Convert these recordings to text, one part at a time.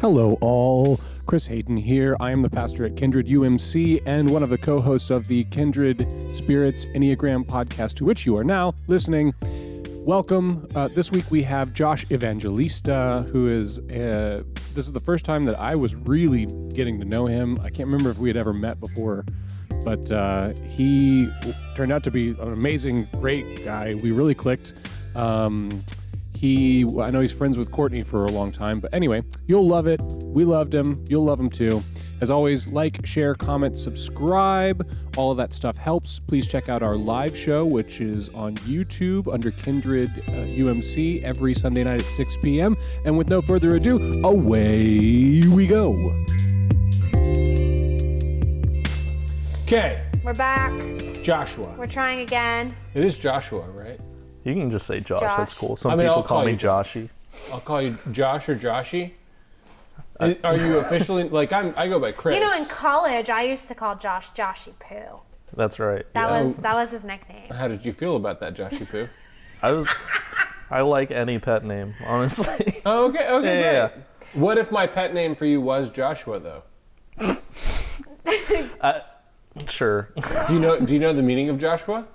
Hello, all. Chris Hayden here. I am the pastor at Kindred UMC and one of the co hosts of the Kindred Spirits Enneagram podcast, to which you are now listening. Welcome. Uh, this week we have Josh Evangelista, who is, uh, this is the first time that I was really getting to know him. I can't remember if we had ever met before, but uh, he w- turned out to be an amazing, great guy. We really clicked. Um, he, I know he's friends with Courtney for a long time, but anyway, you'll love it. We loved him. You'll love him too. As always, like, share, comment, subscribe. All of that stuff helps. Please check out our live show, which is on YouTube under Kindred uh, UMC every Sunday night at 6 p.m. And with no further ado, away we go. Okay, We're back. Joshua. We're trying again. It is Joshua, right? You can just say Josh. Josh. That's cool. Some I mean, people I'll call, call me you- Joshy. I'll call you Josh or Joshy. Is- are you officially like I'm? I go by Chris. You know, in college, I used to call Josh Joshy Poo. That's right. That yeah. was that was his nickname. How did you feel about that, Joshy Poo? I was. I like any pet name, honestly. Oh, okay, okay, Yeah, yeah, great. What if my pet name for you was Joshua, though? sure. Do you know? Do you know the meaning of Joshua?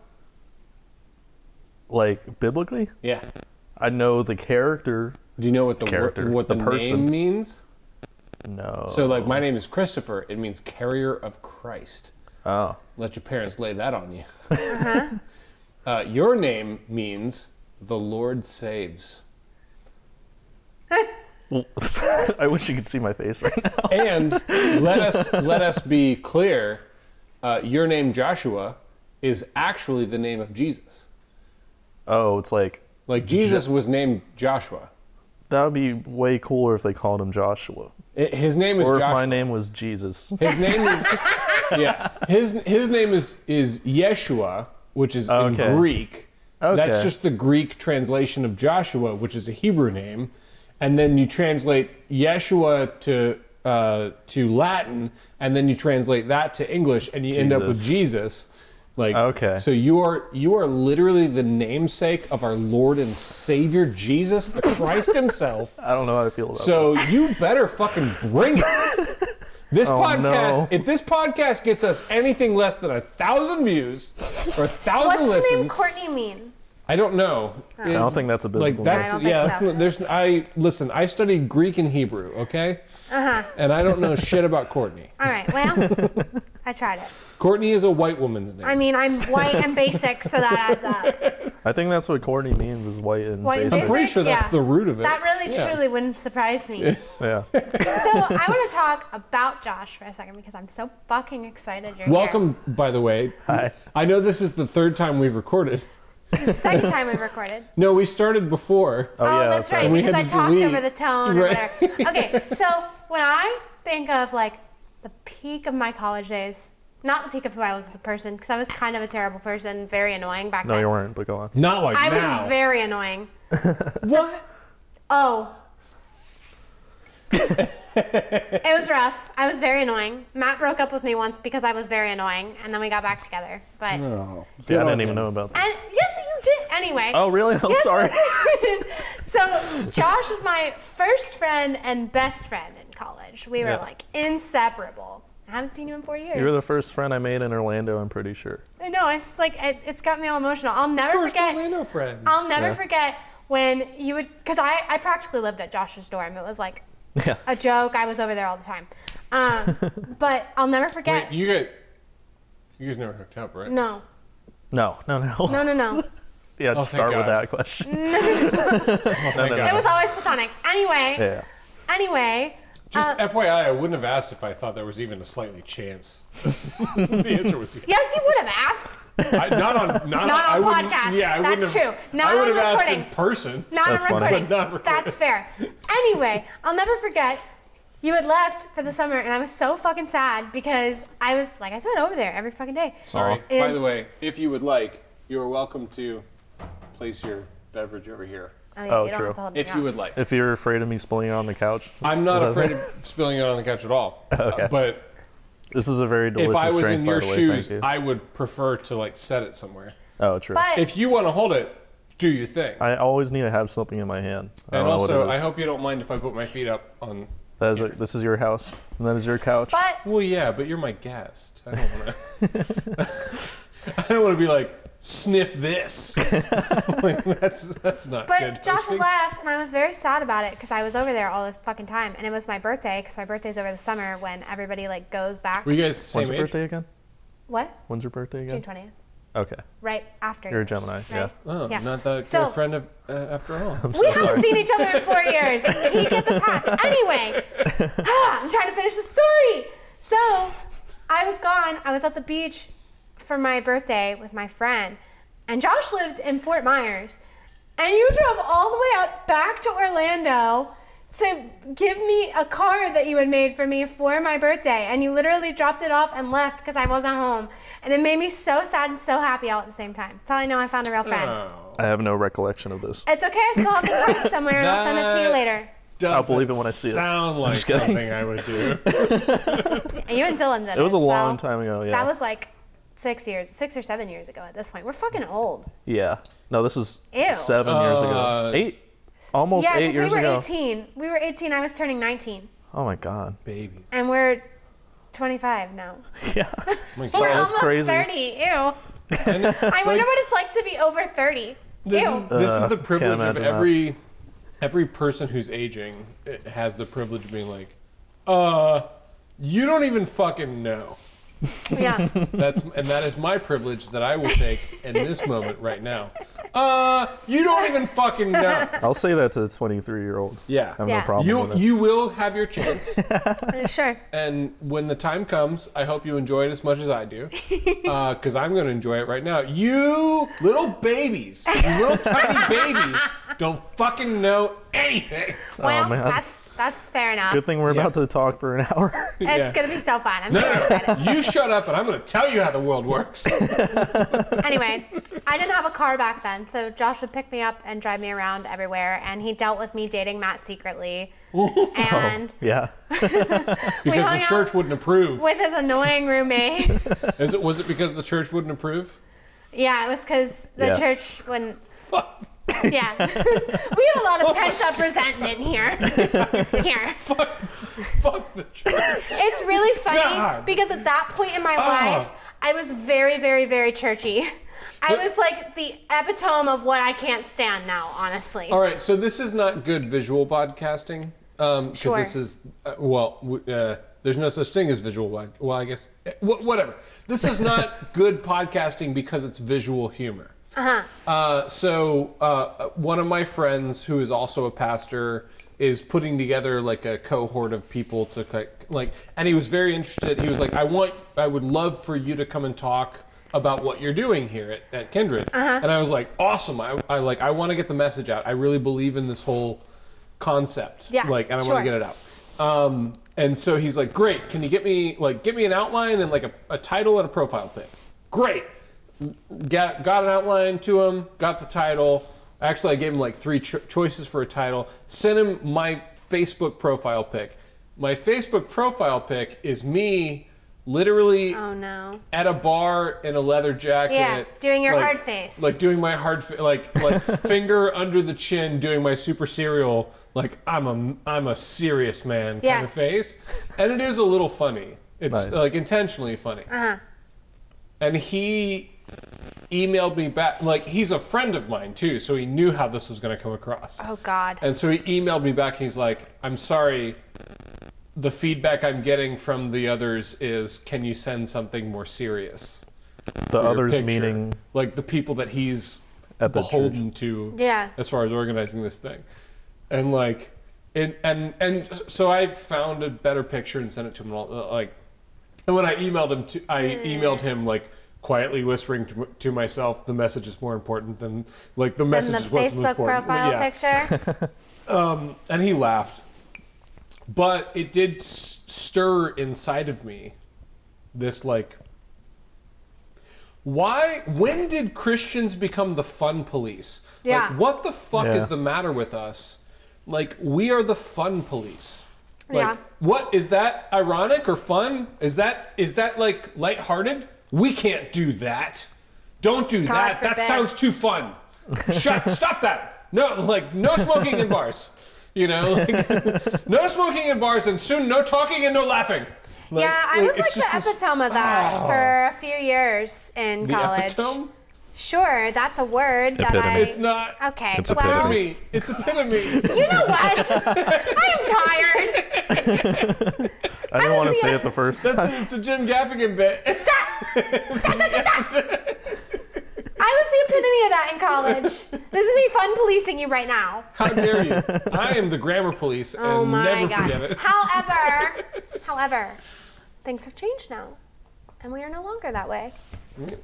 like biblically, Yeah. I know the character. Do you know what the wor- Character, what the, Oh. the person. name means? No. So, like, my name is Christopher. It means carrier of Christ. oh, Let your parents lay that on you. Uh-huh. uh, your name means the Lord saves, I wish you could see my face right now. and let us let us be clear. Uh, your name Joshua is actually the name of Jesus. Oh, it's like Like Jesus was named Joshua. that would be way cooler if they called him Joshua, I- His name is or if Joshua. my name was Jesus. His name is yeah. His his name is is Yeshua, which is Okay. in Greek. That's Okay. just the Greek translation of Joshua, which is a Hebrew name, and then you translate Yeshua to uh, to Latin, and then you translate that to English, and you end up with Jesus. Like Okay. so you are you are literally the namesake of our Lord and Savior Jesus, the Christ Himself. I don't know how I feel about So you better fucking bring it. This podcast, Oh, no. if this podcast gets us anything less than a thousand views or a What's thousand the name listens, Courtney mean? I don't know. that. I don't think that's a Like biblical that's don't think yeah. so. There's I listen. I studied Greek and Hebrew, okay, Uh huh. and I don't know shit about Courtney. All right. Well, I tried it. Courtney is a white woman's name. I mean, I'm white and basic, so that adds up. name. I think that's what Courtney means is white and White and basic. I'm pretty basic? sure that's Yeah. the root of it. That really, Yeah. truly wouldn't surprise me. Yeah. So I want to talk about Josh for a second because I'm so fucking excited. You're Welcome, by the way. Hi. I know this is the third time we've recorded. Here. The second time we recorded. No, we started before. Oh, Oh, yeah, that's, that's right. right. We Because had I to talked delete. over the tone Right. or whatever. Okay, so when I think of like the peak of my college days, not the peak of who I was as a person, because I was kind of a terrible person, very annoying back No, then. you weren't. But go on. Not like I now. was very annoying. what? Oh. it was rough. I was very annoying. Matt broke up with me once because I was very annoying, and then we got back together. But Oh, Yeah, I didn't even know about that. and yes, you did. Anyway. Oh, really? I'm Yes, sorry. I did. so Josh was my first friend and best friend in college. We were Yeah. like inseparable. I haven't seen you in four years. You were the first friend I made in Orlando, I'm pretty sure. I know. It's like it, it's got me all emotional. I'll never First forget. Orlando friend. I'll never Yeah. forget when you would because I I practically lived at Josh's dorm. It was like Yeah. a joke. I was over there all the time. Um, but I'll never forget. You get. You guys never hooked up, right? no. No, no, no. No, Mm. no, no. Yeah, just Oh, thank start with God. that question. no, God. no, It no. was always platonic. Anyway, Yeah. anyway, uh, Just FYI, I wouldn't have asked if I thought there was even a slightly chance. the answer was yes. yes, you would have asked. I, not on not, on, Not on I wouldn't- podcast. Yeah, I wouldn't That's have, true. Not I would on have recording. asked in person. Not That's on funny. recording. But not recording. That's fair. Anyway, I'll never forget. You had left for the summer, and I was so fucking sad because I was, like I said, over there every fucking day. Sorry. Aw. By the way, if you would like, you are welcome to place your beverage over here. I mean, Oh, you don't true. have to hold me If you out. would like. If you're afraid of me spilling it on the couch, I'm not is that- afraid of spilling it on the couch at all. Okay. But This is a very delicious if I was drink, in by your the way. shoes, Thank you. I would prefer to like set it somewhere. oh, true. But If you want to hold it, do your thing. I always need to have something in my hand. I and don't know what also, it is. I hope you don't mind if I put my feet up on That is this is your house, and that is your couch. But Well, yeah, but you're my guest. I don't want to. I don't want to be like sniff this. like, that's that's not but good. Josh hosting. left, and I was very sad about it because I was over there all the fucking time, and it was my birthday because my birthday's over the summer when everybody like goes back. Were you guys the When's same your age? birthday again? what? When's your birthday June again? twentieth, Okay. right after. You're a yours, Gemini, right? Oh, Yeah. not that So- good friend of, uh, after all. I'm so We sorry. haven't seen each other in four years. He gets a pass. Anyway, ah, I'm trying to finish the story. So I was gone. I was at the beach for my birthday with my friend, and Josh lived in Fort Myers. And you drove all the way out back to Orlando to give me a car that you had made for me for my birthday. And you literally dropped it off and left because I wasn't home. And it made me so sad and so happy all at the same time. That's how I know I found a real friend. Oh, I have no recollection of this. It's okay. I still have the card somewhere, and I'll send it to you That- later. I'll believe it when I see it. Sound like just kidding. something I would do. And you and Dylan did it. It was a so long time ago. Yeah. That was like six years, six or seven years ago. At this point, we're fucking old. yeah. No, this is Ew. seven years ago. Uh, Eight. Almost yeah, eight because we years were ago. 18. We were 18. I was turning 19, Oh my god. Babies. and we're 25 now. Yeah. Oh my We're God. almost crazy. 30. Ew. I wonder what it's like to be over 30. Ew. This is, this Ugh, is the Uh, can't privilege of imagine that. every every person who's aging it has the privilege of being like, uh, you don't even fucking know. yeah. That's and that is my privilege that I will take in this moment right now. Uh, you don't even fucking know. I'll say that to 23 year olds. Yeah. I have Yeah. no problem You with it. you will have your chance, uh, Sure. and when the time comes, I hope you enjoy it as much as I do, because I'm going to enjoy it right now. You little babies, you little tiny babies, don't fucking know anything. Well, Oh, man. that's that's fair enough. Good thing we're Yeah. about to talk for an hour. It's Yeah. gonna be so fun. I'm No, so no, excited. no, you shut up, and I'm going to tell you how the world works. anyway, I didn't have a car back then, so Josh would pick me up and drive me around everywhere, and he dealt with me dating Matt secretly. Oh. and yeah. we Because hung the out church wouldn't approve. with his annoying roommate. Is it, was it because the church wouldn't approve? yeah, it was because the Yeah. church wouldn't. Fuck. Yeah, we have a lot of pent up resentment here. here, Fuck, fuck the church. it's really funny God. because at that point in my Ah. life, I was very, very, very churchy. I But- was like the epitome of what I can't stand now, honestly. All right, so this is not good visual podcasting. Um, 'cause Sure. This is uh, well, w- uh, there's no such thing as visual. Pod- well, I guess eh, wh- whatever. This is not good podcasting because it's visual humor. Uh-huh. so uh, one of my friends who is also a pastor is putting together like a cohort of people to like, like and he was very interested. He was like, I want, I would love for you to come and talk about what you're doing here at, at Kindred. Uh-huh. And I was like, awesome. I, I like I want to get the message out. I really believe in this whole concept. Yeah, Like and I sure. want to get it out. Um, and so he's like, great. Can you get me like get me an outline and like a, a title and a profile pic? Great. Got, got an outline to him, got the title. Actually, I gave him like three cho- choices for a title. Sent him my Facebook profile pic. My Facebook profile pic is me literally Oh no. at a bar in a leather jacket. Yeah, doing your like- hard face. Like doing my hard, fa- like like finger under the chin, doing my super serial, like I'm a I'm a serious man Yeah. kind of face, and it is a little funny. It's Nice. like intentionally funny. Uh-huh. And he emailed me back. Like he's a friend of mine too, so he knew how this was going to come across. Oh God. And so he emailed me back. He's like, "I'm sorry. The feedback I'm getting from the others is, can you send something more serious?" The your others picture. meaning like the people that he's At the beholden to Yeah. as far as organizing this thing and like and and and so i found a better picture and sent it to him and all, uh, like and when i emailed him to, i Hmm. emailed him like quietly whispering to, m- to myself the message is more important than like the Then message the is what's Facebook important profile yeah. picture. and he laughed but it did s- stir inside of me this like why when did christians become the fun police Yeah. like what the fuck Yeah. is the matter with us like we are the fun police like Yeah. what is that ironic or fun is that is that like lighthearted we can't do that don't do that that forbid. sounds too fun shut stop that no like no smoking in bars You know, like, no smoking in bars, and soon no talking and no laughing. Like- yeah, I was like it's the just this- epitome of that for a few years in the college. epitome? Sure, that's a word that Epitome. I. It's not. Okay, It's well, epitome. Epitome. It's epitome. you know what? I am tired. I didn't want to was say gonna- it the first That's time. a, it's a Jim Gaffigan bit. I was the epitome of that in college. This is me fun policing you right now. How dare you? I am the grammar police and Oh my never god. forgive it. However, however, things have changed now. And we are no longer that way.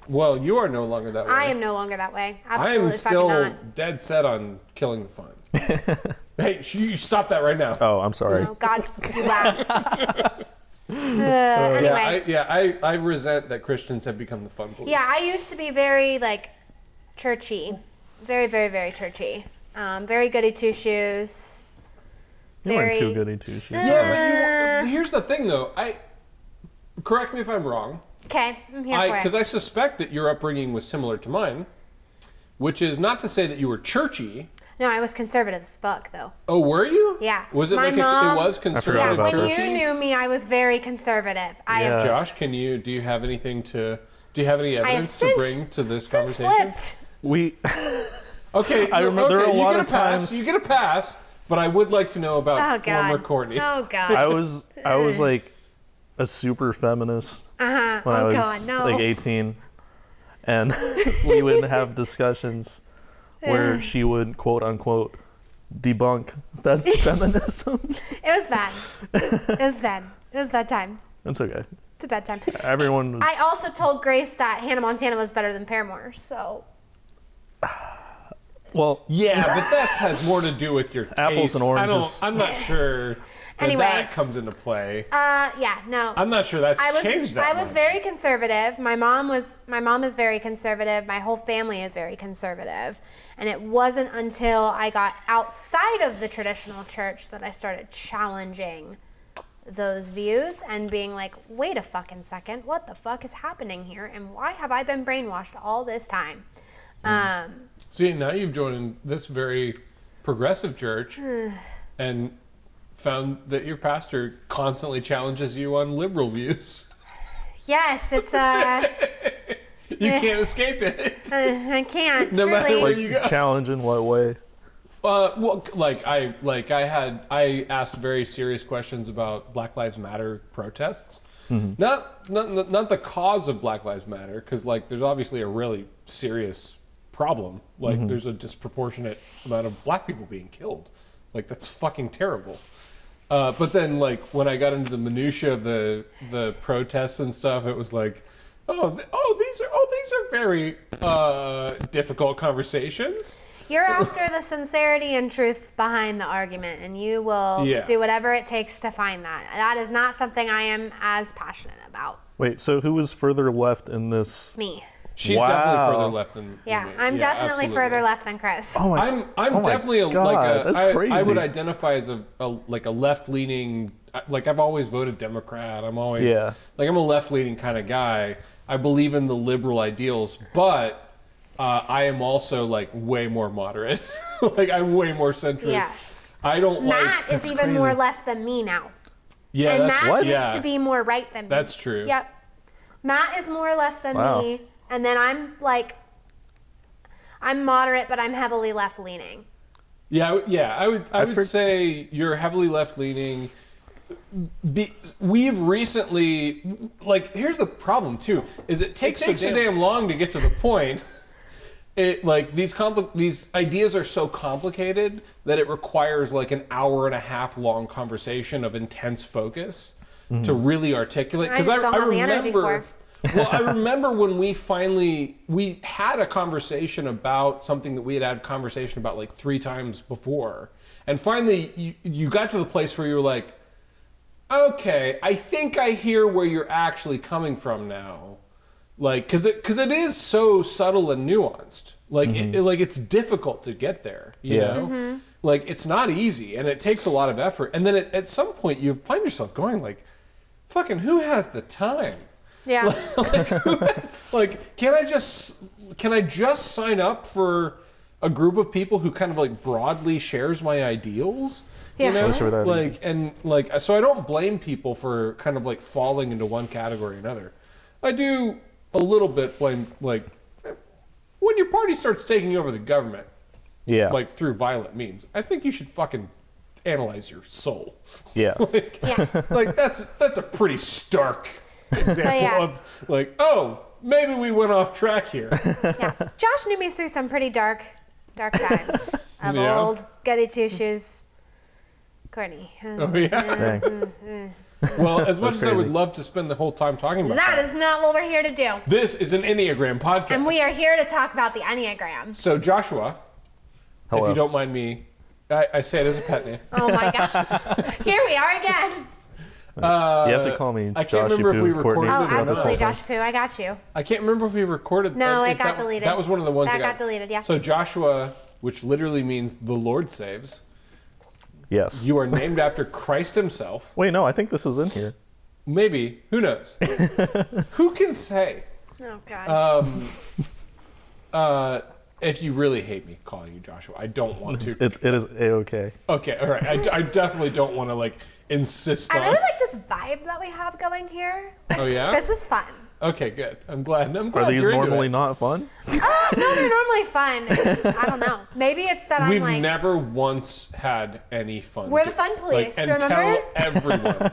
Well, you are no longer that way. I am no longer that way. I Absolutely am still fucking not. dead set on killing the fun. hey, sh- you stop that right now. Oh, I'm sorry. Oh God, you laughed. Uh, anyway, Oh, Yeah, I, yeah, I, I resent that Christians have become the fun police. Yeah, I used to be very like churchy, very, very, very churchy. Um, very goody two shoes. You weren't too Very. goody two shoes. Yeah, Uh. but you, here's the thing, though. I correct me if I'm wrong. Okay, I'm here I because for it. I suspect that your upbringing was similar to mine, which is not to say that you were churchy. no, I was conservative as fuck though. Oh, were you? Yeah. Was it My like a, mom- it was Yeah, conservative when church? you knew me, I was very conservative. I Yeah. have Josh, can you do you have anything to do you have any have evidence to since- bring to this since conversation? flipped. We Okay, I remember there okay, are a you lot get of a pass, times- You get a pass, but I would like to know Oh about God. former Courtney. Oh God. I was I was like a super feminist uh-huh. when I oh God, was no. like 18, and we would have discussions where she would quote unquote debunk fe- feminism. It was bad. it was bad. It was a bad time. It's okay. It's a bad time. Everyone was. I also told Grace that Hannah Montana was better than Paramore, so well, Yeah, but that has more to do with your Apples taste. and oranges. I don't, I'm not sure that Anyway. that comes into play. uh yeah, no. I'm not sure that's I changed was that I was much. very conservative. My mom was my mom is very conservative. My whole family is very conservative. And it wasn't until I got outside of the traditional church that I started challenging those views and being like, "Wait a fucking second. What the fuck is happening here? And why have I been brainwashed all this time?" Mm-hmm. Um See, now you've joined this very progressive church and found that your pastor constantly challenges you on liberal views. Yes, it's uh, You can't escape it. I can't. No matter truly. where like you go. challenge in what way? Uh, well, like I like I had I asked very serious questions about Black Lives Matter protests. Not, not not the cause of Black Lives Matter because like there's obviously a really serious problem. Like there's a disproportionate amount of black people being killed. Like that's fucking terrible. Uh, but then like when I got into the minutia of the the protests and stuff, it was like. Oh, th- oh, these are oh, these are very uh, difficult conversations. You're after the sincerity and truth behind the argument, and you will Yeah. do whatever it takes to find that. That is not something I am as passionate about. Wait, so who was further left in this? Me. She's Wow. definitely further left than than Yeah, me. I'm definitely absolutely. further left than Chris. Oh my, I'm I'm oh my definitely a, God, like a that's I, crazy. I would identify as a, a like a left leaning like I've always voted Democrat. I'm always Yeah. like I'm a left leaning kind of guy. I believe in the liberal ideals, but uh, I am also like way more moderate. like I'm way more centrist. Yeah. I don't Matt like is even more left than me now. yeah and that's Matt What? used yeah. to be more right than me. That's true. Yep. Matt is more left than Wow. me, and then I'm like, I'm moderate, but I'm heavily left leaning. Yeah, I would- yeah. I would. I, would for- say you're heavily left leaning. Be, we've recently, like, here's the problem too: is it takes, so damn, long to get to the point. It like these compli- these ideas are so complicated that it requires like an hour and a half long conversation of intense focus to really articulate. I just don't have the energy for it. well, I remember when we finally we had a conversation about something that we had had a conversation about like three times before, and finally you you got to the place where you were like, okay, I think I hear where you're actually coming from now, like because it because it is so subtle and nuanced, like it, like it's difficult to get there, you Yeah. know. Like it's not easy, and it takes a lot of effort. And then at, at some point, you find yourself going like, "Fucking, who has the time?" Yeah. like can i just can i just sign up for a group of people who kind of like broadly shares my ideals Yeah. I wish it were that like easy. and like so i don't blame people for kind of like falling into one category or another i do a little bit blame like when your party starts taking over the government Yeah. like through violent means i think you should fucking analyze your soul yeah. like, Yeah. like that's that's a pretty stark example yeah. of like oh maybe we went off track here yeah. Josh knew me through some pretty dark, dark times of Yeah. old goody two shoes. Courtney. uh, oh yeah Dang. well as much as i would crazy. love to spend the whole time talking about That that is not what we're here to do. this is an enneagram podcast And we are here to talk about the Enneagrams. so joshua Hello. If you don't mind me, I, I say it as a pet name. Oh my God. here we are again. you have to call me uh, I can't Josh remember if we Poo, Courtney. recorded Oh, Did it on this absolutely, whole Josh Poo. I got you. I can't remember if we recorded. No, if it got that- deleted. That was one of the ones That got deleted, yeah. So Joshua, which literally means the Lord saves, Yes. you are named after Christ Himself. Wait, no, I think this was in here. Maybe who knows? who can say? Oh God. Uh, if you really hate me calling you Joshua, I don't want to. It's it is a okay. Okay, all right. I, I definitely don't want to like insist I on. really like this vibe that we have going here. Oh yeah. This is fun. Okay, good. I'm glad. I'm glad. Are these Oh, you're into normally it. not fun? Oh, no, they're normally fun. It's just- I don't know. Maybe it's that We've I'm like, never once had any fun. We're the fun police, and remember? tell everyone.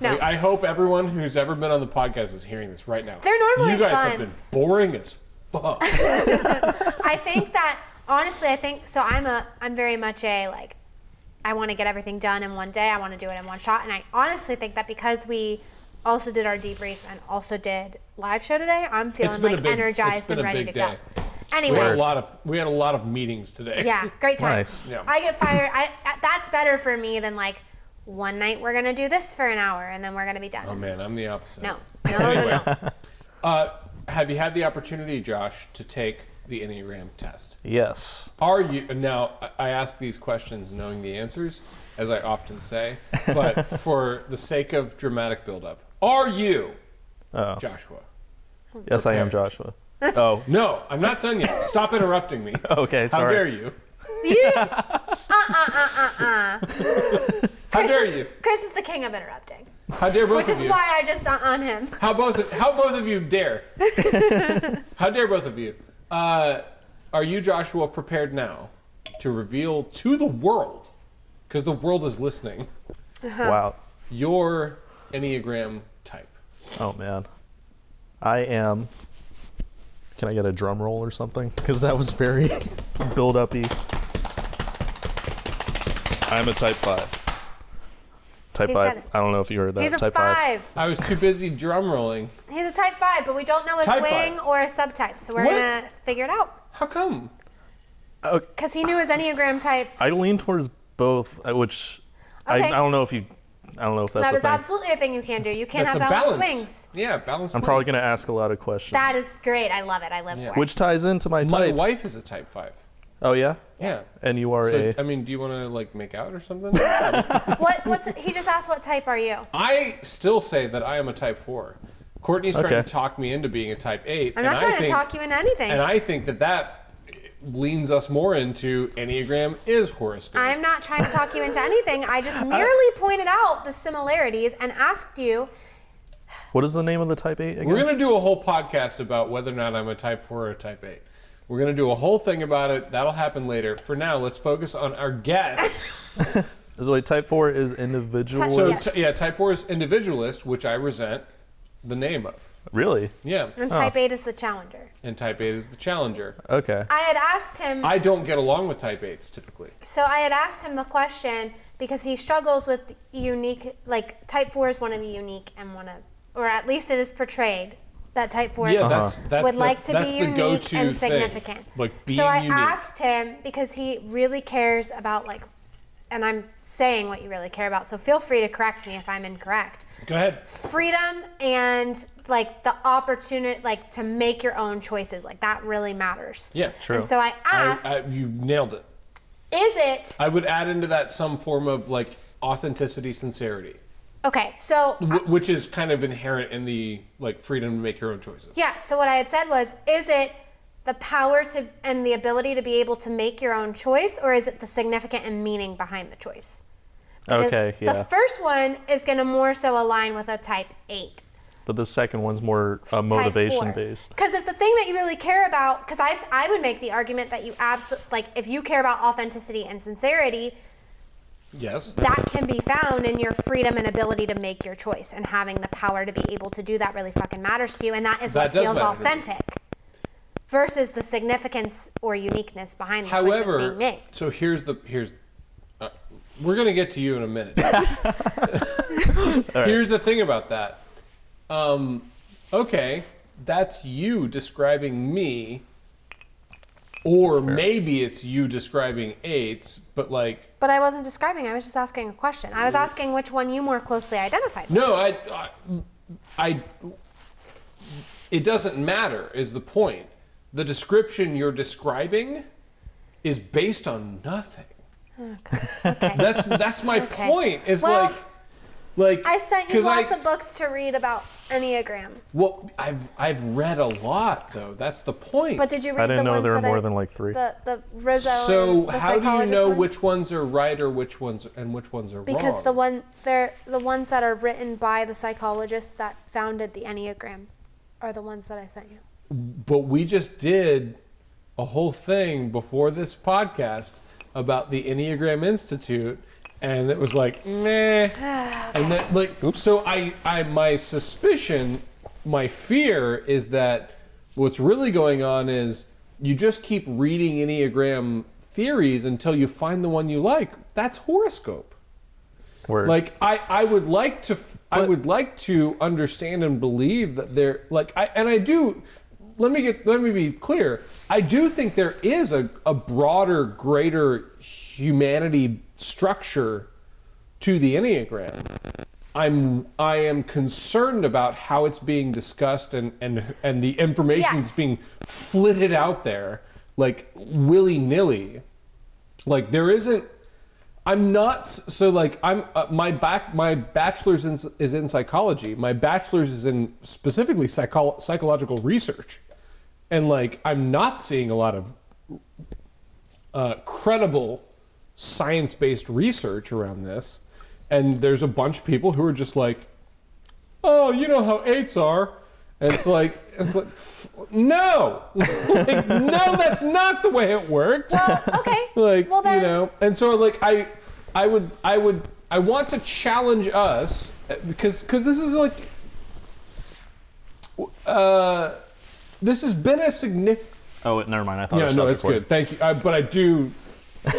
No. Like, I hope everyone who's ever been on the podcast is hearing this right now. They're normally You guys have fun. been boring as fuck. I think that honestly, I think so. I'm a, I'm very much a like, I want to get everything done in one day. I want to do it in one shot. And I honestly think that because we also did our debrief and also did live show today, I'm been feeling a like big- it's energized been and a ready to big go. day. we had a Anyway, lot of we had a lot of meetings today. yeah, great time. Nice. Yeah. I get fired. I, that's better for me than like one night we're gonna do this for an hour and then we're gonna be done. Oh man, I'm the opposite. no, no, no, no, no. Uh, have you had the opportunity, Josh, to take the Enneagram test? Yes. Are you now? I- I ask these questions knowing the answers, as I often say, but for the sake of dramatic buildup, are you, Oh. Joshua? Yes, I am Joshua. Oh, No, I'm not done yet. Stop interrupting me. okay, How sorry. dare you? You- Uh, How dare Chris uh, is- you? Chris is the king of interrupting, How dare both which of is you? why I just uh, on him. How both? How both of you dare? how dare both of you? Uh, are you, Joshua, prepared now to reveal to the world, because the world is listening, Uh-huh. Wow. your enneagram type? Oh man. I am Can I get a drum roll or something? Cuz that was very build uppy. I'm a type 5. Type He said 5. it. I don't know if you heard that. He's a type five. I was too busy drum rolling. He's a type five, but we don't know his Type wing five. or a subtype, so we're What? gonna figure it out. How come? Cause he knew his enneagram type. I lean towards both, uh, which I, Okay. I don't know if you I don't know if that's That a is thing. absolutely a thing you can do. You can That's have a balanced balance. wings. Yeah, balance. I'm probably going to ask a lot of questions. That is great. I love it. I live Yeah. for it. which ties into my My type. wife is a type five. Oh yeah. Yeah. And you are So uh, a I mean, do you want to like make out or something? What? What's? He just asked, "What type are you?" I still say that I am a type four. Courtney's trying Okay. to talk me into being a type eight. I'm not and trying I to think, talk you into anything. And I think that that leans us more into enneagram is horoscope. I'm not trying to talk you into anything. I just merely pointed out the similarities and asked you. What is the name of the type 8 again? We're gonna do a whole podcast about whether or not I'm a type four or a type eight. We're gonna do a whole thing about it. That'll happen later. For now, let's focus on our guest. Is it like type 4 is individual? So Yes. t- yeah, type four is individualist, which I resent the name of. Really? Yeah, And type eight is the challenger. and type eight is the challenger. Okay. I had asked him. I don't get along with type eights typically. So I had asked him the question because he struggles with unique, like type four is one of the unique and one of, or at least it is portrayed that type four is Yeah, that's that's would the, like to that's be the unique go-to and thing. significant. Like being so I unique. asked him because he really cares about like, and I'm saying what you really care about. So feel free to correct me if I'm incorrect. Go ahead. Freedom and like the opportunity, like to make your own choices, like that really matters. Yeah, true. And so I asked, I, I, you nailed it. is it I would add into that some form of like authenticity, sincerity, okay? So w- which is kind of inherent in the like freedom to make your own choices. Yeah. So what I had said was, is it the power to and the ability to be able to make your own choice, or is Uh, it the significant and meaning behind the choice? Because Okay, The yeah. first one is going to more so align with a type 8. But the second one's more uh, motivation based. Because if the thing that you really care about, because I, I would make the argument that you absolutely, like, if you care about authenticity and sincerity, Yes. that can be found in your freedom and ability to make your choice and having the power to be able to do that really fucking matters to you. And that is That what does feels matter to you. authentic versus the significance or uniqueness behind the choices being However, made. so here's the here's uh, we're gonna get to you in a minute. Here's the thing about that. Um, okay, that's you describing me, or maybe it's you describing eights, but like But I wasn't describing, I was just asking a question. I was Mm. asking which one you more closely identified with. No, I, I, I- it doesn't matter. Is the point? The description you're describing is based on nothing. Okay. That's that's my Okay. point. Is Well, like, like I sent you 'cause lots I, of books to read about Enneagram. Well, I've I've read a lot though. That's the point. But did you read I didn't the know ones there were that more I- than like three. The, the Rizzo so and the how do you psychologist know ones? which ones are right or which ones and which ones are wrong? Because the one they're the ones that are written by the psychologists that founded the Enneagram are the ones that I sent you. But we just did a whole thing before this podcast about the Enneagram Institute, and it was like meh, and that like so I I my suspicion, my fear is that what's really going on is you just keep reading Enneagram theories until you find the one you like. That's horoscope. Word. Like I, I would like to, f I I would like to understand and believe that there, like I, and I do. Let me get, let me be clear. I do think there is a, a broader, greater humanity structure to the enneagram. I'm, I am concerned about how it's being discussed and and and the information Yes. that's being flitted out there like willy nilly. Like there isn't I'm not s- so like I'm uh, my back my bachelor's in, is in psychology. My bachelor's is in specifically psycho- psychological research, and like I'm not seeing a lot of uh, credible science based research around this. And there's a bunch of people who are just like, oh, you know how eights are. And it's like, it's like, f- no, like, no, that's not the way it worked Well, okay. like well then, you know and so like i i would i would i want to challenge us uh, because because this is like uh this has been a significant Oh, never mind. I thought. yeah no it's good thank you I, but i do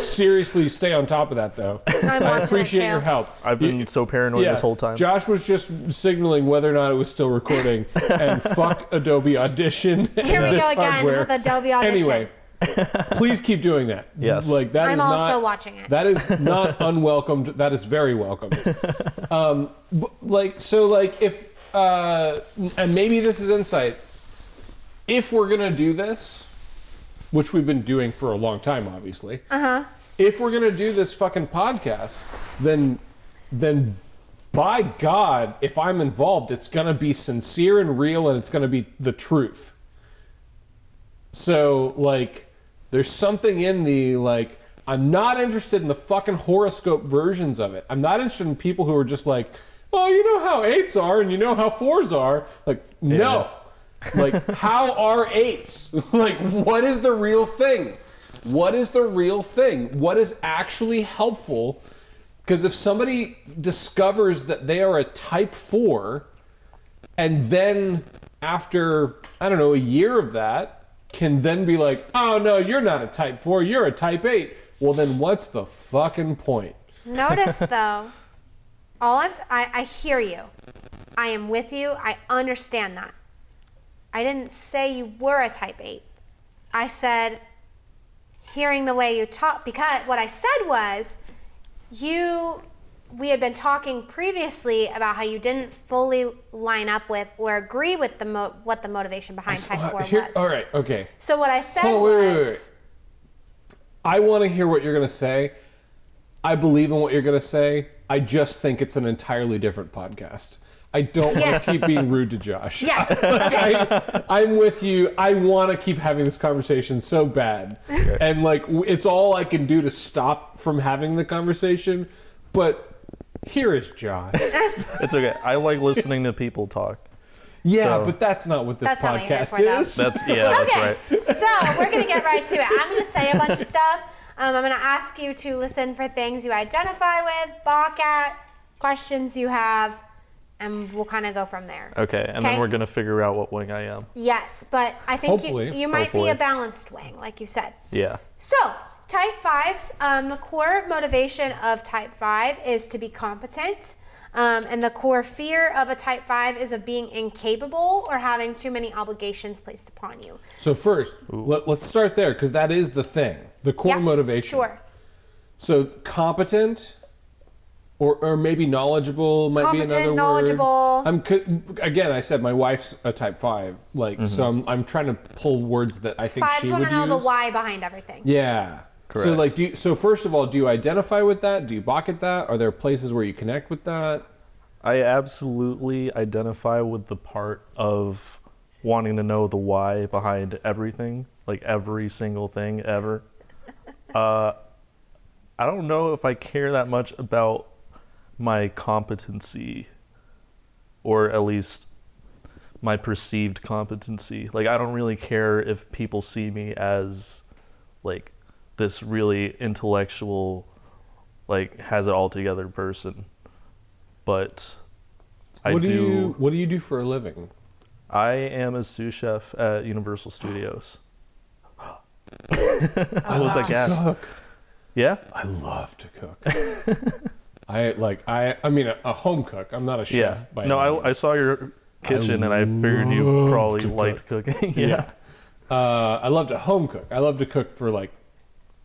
seriously stay on top of that though I'm i watching it, appreciate too. your help I've been You- so paranoid yeah, this whole time. Josh was just signaling whether or not it was still recording, and fuck Adobe Audition. Here we and go this again hardware. with Adobe Audition. Anyway, please keep doing that. Yes. like that I'm is also not- watching it. That is not unwelcomed. That is very welcomed. Um, b- like so, like if uh, and maybe this is insight. If we're gonna do this, which we've been doing for a long time, obviously. Uh Uh-huh. huh. If we're gonna do this fucking podcast, then then by God, if I'm involved, it's gonna be sincere and real, and it's gonna be the truth. So like, there's something in the like. I'm not interested in the fucking horoscope versions of it. I'm not interested in people who are just like, oh, you know how eights are and you know how fours are. Like, no. Like, how are eights? like, what is the real thing? What is the real thing? What is actually helpful? Because if somebody discovers that they are a type four, and then after I don't know a year of that, can then be like, oh no, you're not a type four, you're a type eight. Well, then what's the fucking point? Notice though, all I'm s- I, I hear you. I am with you. I understand that. I didn't say you were a type eight. I said hearing the way you talk because what I said was you we had been talking previously about how you didn't fully line up with or agree with the mo- what the motivation behind type Uh, 4 here- was. all right, okay. So what I said Oh, wait, wait, was wait. I want to hear what you're gonna say. I believe in what you're gonna say. I just think it's an entirely different podcast. I don't Yeah. want to keep being rude to Josh. Yes, Like, I, I'm with you. I want to keep having this conversation so bad, and like w- it's all I can do to stop from having the conversation. But Here is John. It's okay. I like listening to people talk. Yeah, So- but that's not what this That's not what you're here podcast for, though. is. That's yeah, that's okay, right. so we're gonna get right to it. I'm gonna say a bunch of stuff. Um, I'm gonna ask you to listen for things you identify with, balk at, questions you have, and we'll kind of go from there. Okay, and Okay. then we're gonna figure out what wing I am. Yes, but I think you, Hopefully. you might be Hopefully. a balanced wing, like you said. Yeah. So, type fives, um, the core motivation of type five is to be competent. Um, and the core fear of a type five is of being incapable or having too many obligations placed upon you. So first, let, let's start there because that is the thing, the core Yeah, motivation. Sure. So competent, or or maybe knowledgeable might be Competent, another knowledgeable. word. I'm co- again. I said my wife's a type five, like so. I'm, I'm trying to pull words that I think Fives she want would to know the use. why behind everything. Yeah. So Correct. like, do you, so first of all, do you identify with that? Do you balk at that? Are there places where you connect with that? I absolutely identify with the part of wanting to know the why behind everything, like every single thing ever. Uh, I don't know if I care that much about my competency, or at least my perceived competency. Like, I don't really care if people see me as like this really intellectual, like, has it all together person but I what do. do, you What do you do for a living? I am a sous chef at Universal Studios. I was like, yes. Cook. yeah, I love to cook. I like I I mean a, a home cook. I'm not a chef. yeah. By no, any means. I, I saw your kitchen and I figured you love probably to cook. liked cooking. yeah. Uh, I love to home cook. I love to cook for like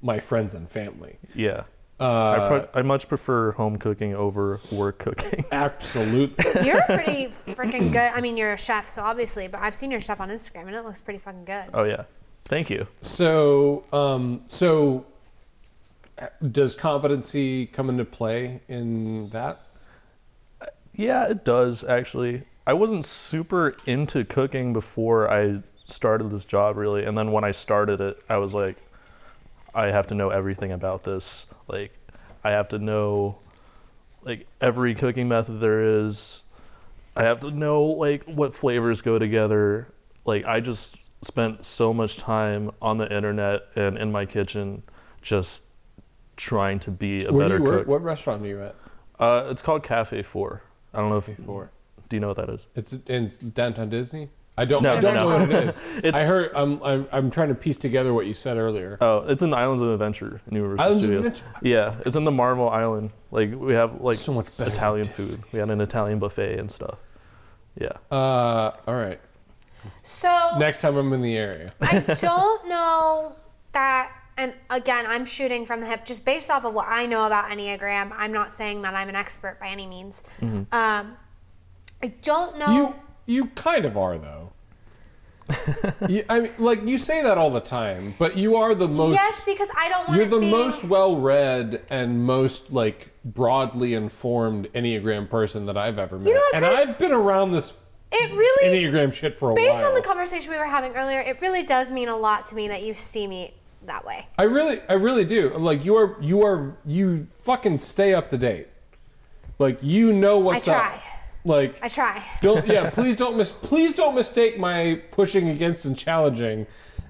my friends and family. yeah, Uh, I, pro- I much prefer home cooking over work cooking. Absolutely. You're pretty freaking good. I mean, you're a chef, so obviously, but I've seen your stuff on Instagram and it looks pretty fucking good. oh yeah, thank you. so um so does competency come into play in that? Yeah, it does actually. I wasn't super into cooking before I started this job really, and then when I started it, I was like I have to know everything about this. Like I have to know like every cooking method there is. I have to know like what flavors go together. Like I just spent so much time on the internet and in my kitchen just trying to be Where a do better you work? cook. What restaurant are you at? Uh, it's called Cafe Four. I don't know if Before do you know what that is? it's in downtown Disney. I don't. No, I don't no, know no. what it is. It's- I heard. I'm, I'm. I'm trying to piece together what you said earlier. Oh, it's in Islands of Adventure, in Universal Islands of Studios. Adventure. Yeah, it's in the Marvel Island. Like we have like So much better than Italian Disney. food. We had an Italian buffet and stuff. Yeah. Uh, all right. So, Next time I'm in the area. I don't know that. And again, I'm shooting from the hip just based off of what I know about Enneagram. I'm not saying that I'm an expert by any means. Um, I don't know. Mm-hmm. You you kind of are though. you, I mean, like you say that all the time, but you are the most. yes, because I don't want You're it the being- most well-read and most like broadly informed Enneagram person that I've ever met, know what, and Chris? I've been around this It really Enneagram shit for a Based while. on the conversation we were having earlier, it really does mean a lot to me that you see me that way. I really, I really do. Like you are, you are, you fucking stay up to date. Like you know what's try. up. Like I try. Don't yeah, please don't mis please don't mistake my pushing against and challenging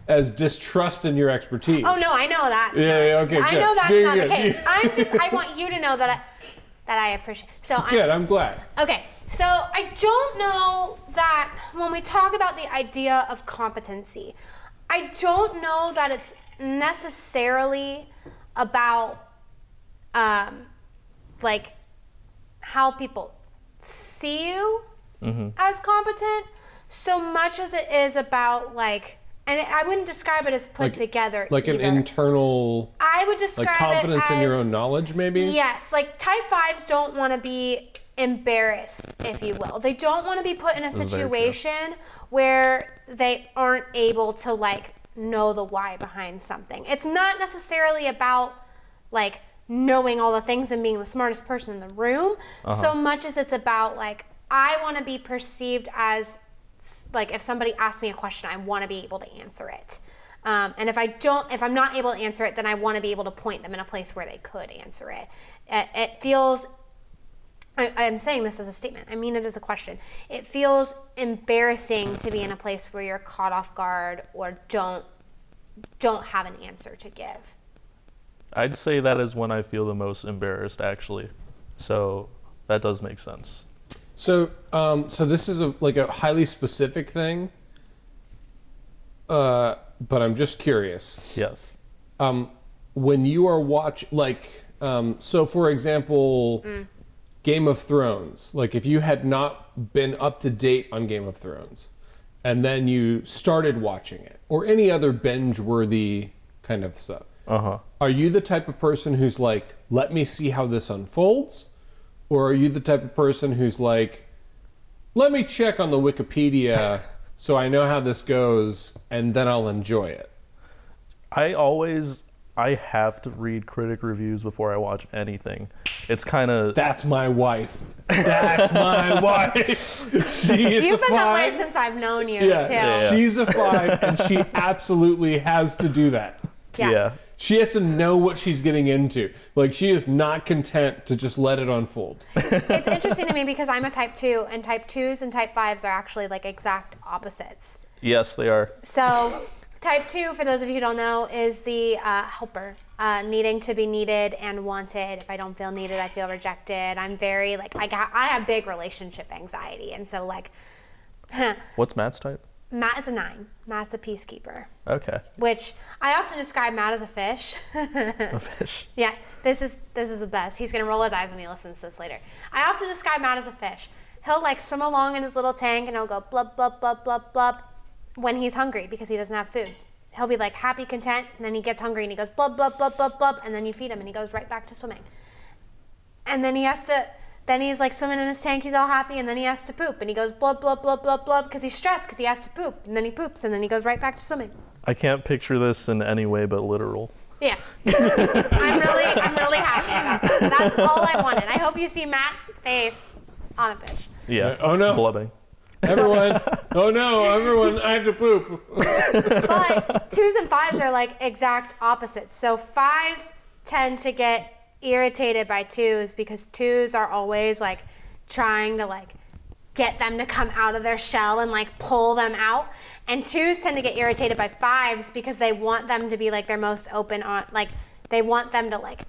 as distrust in your expertise. Oh no, I know that. Yeah, yeah, okay, I good. know that's Very not good. the case. You- I'm just I want you to know that I that I appreciate. So I'm, Good, I'm glad. Okay, so I don't know that when we talk about the idea of competency, I don't know that it's necessarily about um, like how people see you Mm-hmm. as competent so much as it is about like and I wouldn't describe it as put together Like either. an internal I would describe like confidence it as in your own knowledge, maybe? Yes, like type fives don't want to be embarrassed, if you will. They don't want to be put in a very true. situation where they aren't able to like know the why behind something. It's not necessarily about like knowing all the things and being the smartest person in the room so much as it's about like I want to be perceived as like if somebody asks me a question, I want to be able to answer it. Um, and if I don't, if I'm not able to answer it, then I want to be able to point them in a place where they could answer it. It, it feels I, I'm saying this as a statement. I mean it as a question. It feels embarrassing to be in a place where you're caught off guard or don't don't have an answer to give. I'd say that is when I feel the most embarrassed, actually. So that does make sense. So, um, so this is a, like a highly specific thing, uh, but I'm just curious. Yes. um, when you are watch like um, so for example game of thrones like if you had not been up to date on game of thrones and then you started watching it or any other binge worthy kind of stuff Uh-huh. are you the type of person who's like let me see how this unfolds or are you the type of person who's like let me check on the wikipedia so i know how this goes and then i'll enjoy it I always I have to read critic reviews before I watch anything. It's kind of That's my wife. That's my wife. She is You've a been that way five. since I've known you, yeah. too. she's a five, and she absolutely has to do that. yeah. She has to know what she's getting into. Like she is not content to just let it unfold. it's interesting to me because I'm a type two, and type twos and type fives are actually like exact opposites. Yes, they are. So, type two, for those of you who don't know, is the uh, helper, uh, needing to be needed and wanted. If I don't feel needed, I feel rejected. I'm very like I got I have big relationship anxiety, and so like What's Matt's type? Matt is a nine. Matt's a peacekeeper, Okay. which I often describe Matt as a fish. A fish. Yeah, this is this is the best. He's gonna roll his eyes when he listens to this later. I often describe Matt as a fish. He'll like swim along in his little tank and he'll go blub blub blub blub blub when he's hungry because he doesn't have food. He'll be like happy, content, and then he gets hungry and he goes blub blub blub blub blub, and then you feed him and he goes right back to swimming. And then he has to. Then he's like swimming in his tank. He's all happy, and then he has to poop, and he goes blub blub blub blub blub because he's stressed because he has to poop, and then he poops, and then he goes right back to swimming. I can't picture this in any way but literal. Yeah. I'm really I'm really happy about that. That's all I wanted. I hope you see Matt's face on a fish. Yeah. Oh, no. Blubbing. Everyone, oh no, everyone, I have to poop. But twos and fives are like exact opposites. So fives tend to get irritated by twos because twos are always like trying to like get them to come out of their shell and like pull them out. And twos tend to get irritated by fives because they want them to be like their most open on like they want them to like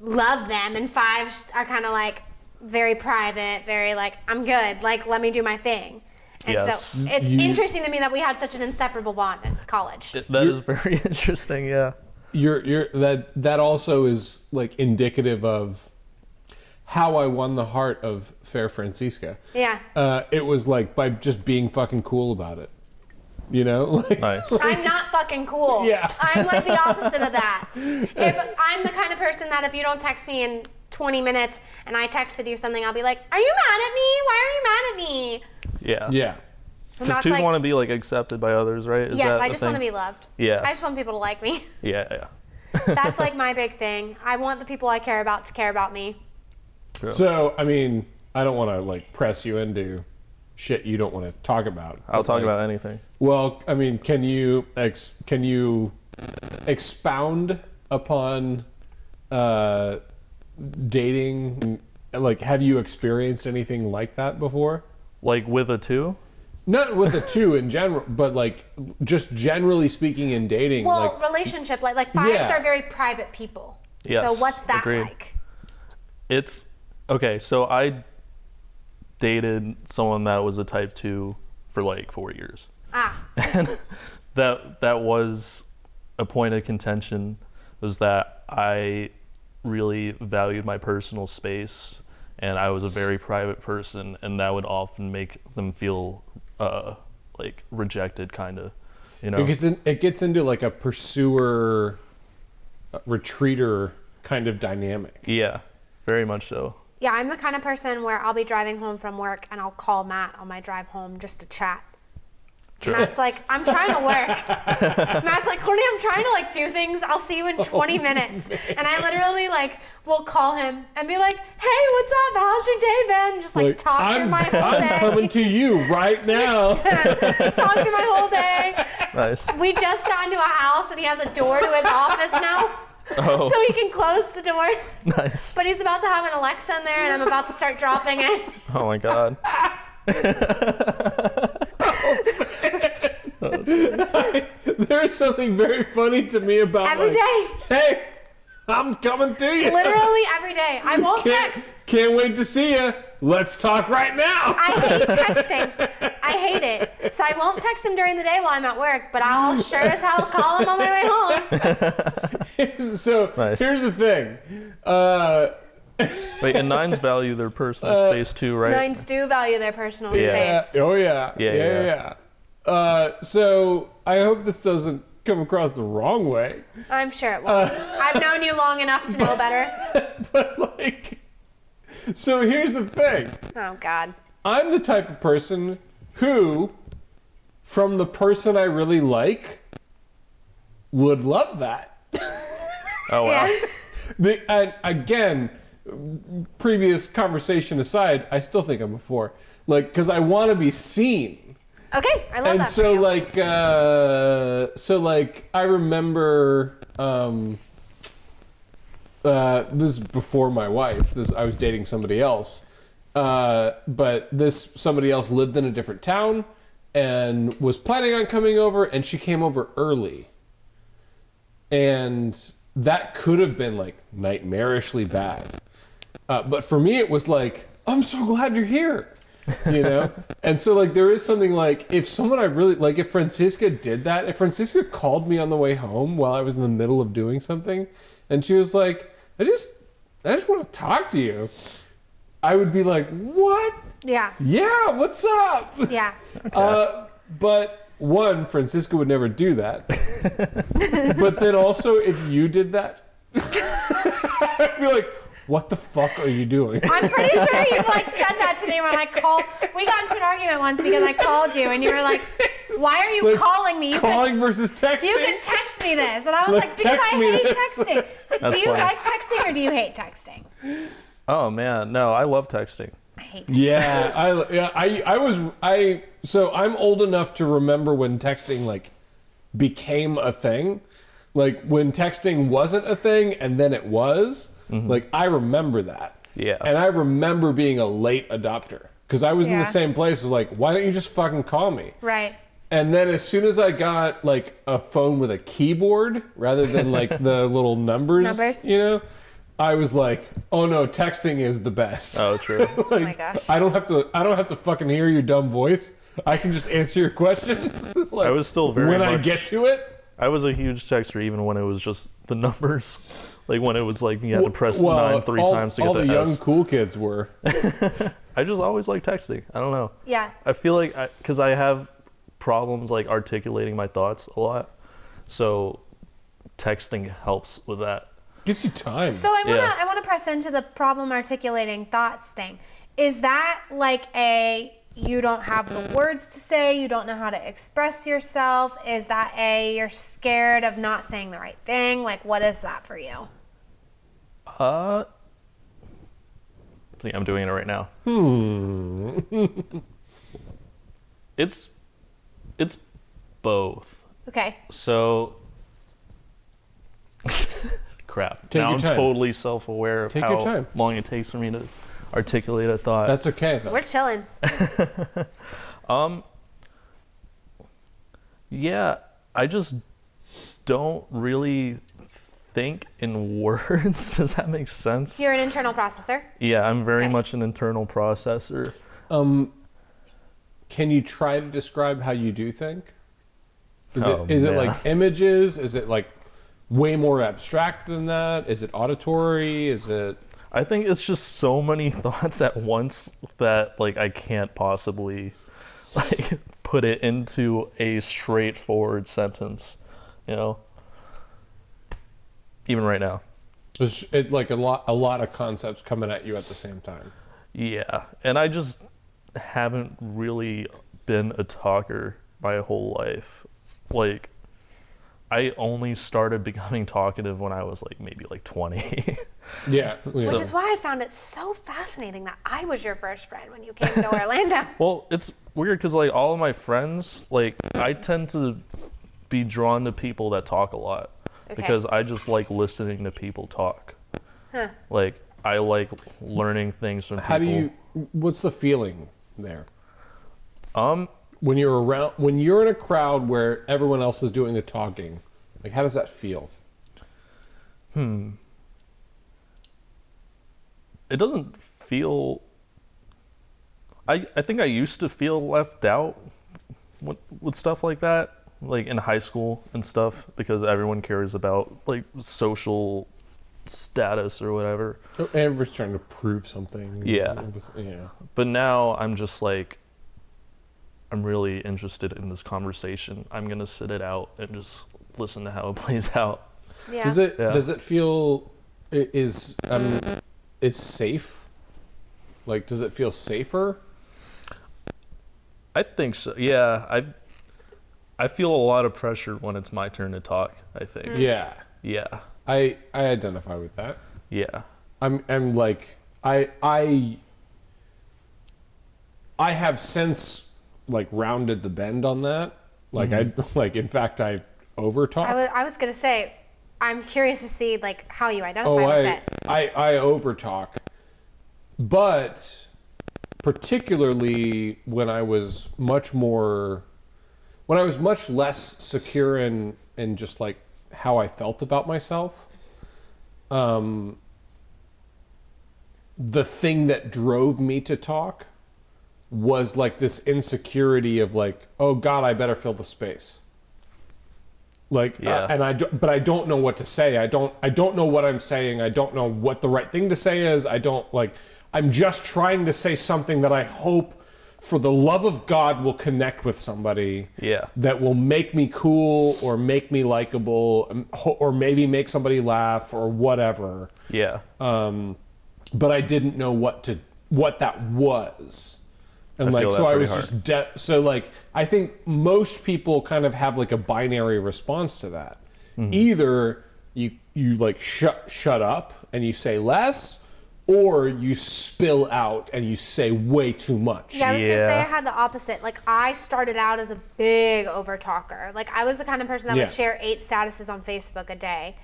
love them and fives are kind of like very private very like i'm good like let me do my thing and Yes. so it's You- interesting to me that we had such an inseparable bond in college That is very interesting, yeah. You're, you're that that also is like indicative of how I won the heart of Fair Francisca. yeah Uh, it was like by just being fucking cool about it. You know, like Nice. i'm not fucking cool Yeah. i'm like the opposite of that if i'm the kind of person that if you don't text me in 20 minutes and i texted you something i'll be like are you mad at me why are you mad at me Yeah. yeah. I'm Because not twos like, want to be like accepted by others, right? Is yes that i the just want to be thing? loved Yeah. i just want people to like me Yeah, yeah. that's like my big thing i want the people i care about to care about me So, I mean, I don't want to like press you into shit you don't want to talk about. I'll Like, talk about anything. Well, I mean, can you ex- can you expound upon uh, dating? Like, have you experienced anything like that before? Like with a two? Not with the two in general, but like just generally speaking in dating. Well, like, relationship, like like fives Yeah. are very private people. Yes, So what's that agreed. like? It's okay. So I dated someone that was a type two for like four years. Ah, and that that was a point of contention was that I really valued my personal space and I was a very private person and that would often make them feel uh, like rejected kind of you know because it, it gets into like a pursuer, uh, retreater kind of dynamic. yeah very much so yeah, I'm the kind of person where I'll be driving home from work and I'll call Matt on my drive home just to chat. Matt's like, I'm trying to work. Matt's like, Courtney, I'm trying to like do things. I'll see you Oh, in 20 minutes. And I literally like will call him and be like, Hey, what's up? How's your day been? Just like, talk through I'm, my whole I'm day. coming to you right now. talk through my whole day. nice We just got into a house and he has a door to his office now. Oh. so he can close the door. Nice. But he's about to have an Alexa in there, and I'm about to start dropping it. Oh my god. There's something very funny to me about Every like, day. Hey, I'm coming to you. Literally every day. I won't Can't, text. can't wait to see you. Let's talk right now. I hate texting. I hate it. So I won't text him during the day while I'm at work, but I'll sure as hell call him on my way home. so Nice. here's the thing. Uh, Wait, and nines value their personal space too, right? Nines do value their personal Yeah. space. yeah. Oh yeah. Yeah, Yeah. yeah, Yeah. yeah. Uh, so I hope this doesn't come across the wrong way, I'm sure it will. Uh. I've known you long enough to know better. but like. So here's the thing. Oh God. I'm the type of person who, from the person I really like, would love that. Oh wow. Yeah. The, and again, previous conversation aside, I still think I'm a four. Like, because I want to be seen. Okay, I love and that. so for you. like uh so like i remember um uh this is before my wife this i was dating somebody else uh but this somebody else lived in a different town and was planning on coming over and she came over early and that could have been like nightmarishly bad. Uh, but for me, it was like, I'm so glad you're here, you know. and so like there is something like if someone I really like, if Francisca did that, if Francisca called me on the way home while I was in the middle of doing something, and she was like, I just, I just want to talk to you. I would be like, what? yeah, Yeah, what's up? yeah. Uh, but one, Francisco would never do that. but then also, if you did that, I'd be like, "What the fuck are you doing?" I'm pretty sure you've like said that to me when I called. We got into an argument once because I called you and you were like, "Why are you Like, calling me? You Calling could, versus texting. you could text me this." And I was Like, like, "Because text I me hate this." texting. do That's you funny. like texting or do you hate texting?" Oh man, no, I love texting. I hate. yeah, I, yeah, I, I was, I. So I'm old enough to remember when texting like became a thing, like when texting wasn't a thing and then it was. Like I remember that. Yeah. And I remember being a late adopter because I was in Yeah. the same place. Was like, why don't you just fucking call me? Right. And then as soon as I got like a phone with a keyboard rather than like the little numbers, Numbers. you know, I was like, oh no, texting is the best. Oh, true. Like, my gosh. I don't have to. I don't have to fucking hear your dumb voice. I can just answer your questions. like, I was still very when I much- get to it. I was a huge texter even when it was just the numbers, like when it was like you had to press nine three all, times to all get the, the young S. cool kids were. I just always like texting. I don't know. Yeah. I feel like because I, have problems like articulating my thoughts a lot, so texting helps with that. Gives you time. So I wanna Yeah. I wanna press into the problem articulating thoughts thing. Is that like a you don't have the words to say, you don't know how to express yourself? Is that a you're scared of not saying the right thing? Like what is that for you? Uh, see, I'm doing it right now. Hmm. it's it's both. Okay. So crap. Take now your I'm time. totally self-aware of Take how your time. long it takes for me to articulate a thought. That's okay. Though. We're chilling. yeah, I just don't really think in words. Does that make sense? You're an internal processor. Yeah, I'm very Okay. much an internal processor. Can you try to describe how you do think? Is Oh, it is it man. like images? Is it like way more abstract than that? Is it auditory? Is it I think it's just so many thoughts at once that like I can't possibly like put it into a straightforward sentence, you know. Even right now. is it like a lot a lot of concepts coming at you at the same time? Yeah. And I just haven't really been a talker my whole life. Like I only started becoming talkative when I was like maybe like 20. Yeah. yeah. Which is why I found it so fascinating that I was your first friend when you came to Orlando. Well, it's weird because like all of my friends, like I tend to be drawn to people that talk a lot. because I just like listening to people talk. Like I like learning things from people. How do you? What's the feeling there? Um, when you're around, when you're in a crowd where everyone else is doing the talking, like how does that feel? it doesn't feel I I think I used to feel left out with, with stuff like that like in high school and stuff because everyone cares about like social status or whatever So Everyone's trying to prove something. Yeah. yeah. but now I'm just like I'm really interested in this conversation I'm going to sit it out and just listen to how it plays out Yeah. Does it? Yeah. Does it feel? i- Is um, is safe? Like, does it feel safer? I think so yeah I I feel a lot of pressure when it's my turn to talk I think Yeah, yeah I I identify with that. yeah I'm I'm like I I I have since like rounded the bend on that. Like I like in fact I over I talk. was, I was gonna say, I'm curious to see like how you identify Oh with I it. I I over talk. But particularly when I was much more when I was much less secure in in just like how I felt about myself. Um the thing that drove me to talk was like this insecurity of like, oh God, I better fill the space. Like, uh, Yeah. and I, do, but I don't know what to say. I don't, I don't know what I'm saying. I don't know what the right thing to say is. I don't like. I'm just trying to say something that I hope, for the love of God, will connect with somebody. Yeah. That will make me cool or make me likable um, ho- or maybe make somebody laugh or whatever yeah but I didn't know what to what that was. And I like feel so that I pretty was hard. just de- so like I think most people kind of have like a binary response to that. Mm-hmm. Either you you like shut shut up and you say less or you spill out and you say way too much. Yeah, I was gonna say Yeah. I had the opposite. Like I started out as a big over talker. Like I was the kind of person that Yeah. would share eight statuses on Facebook a day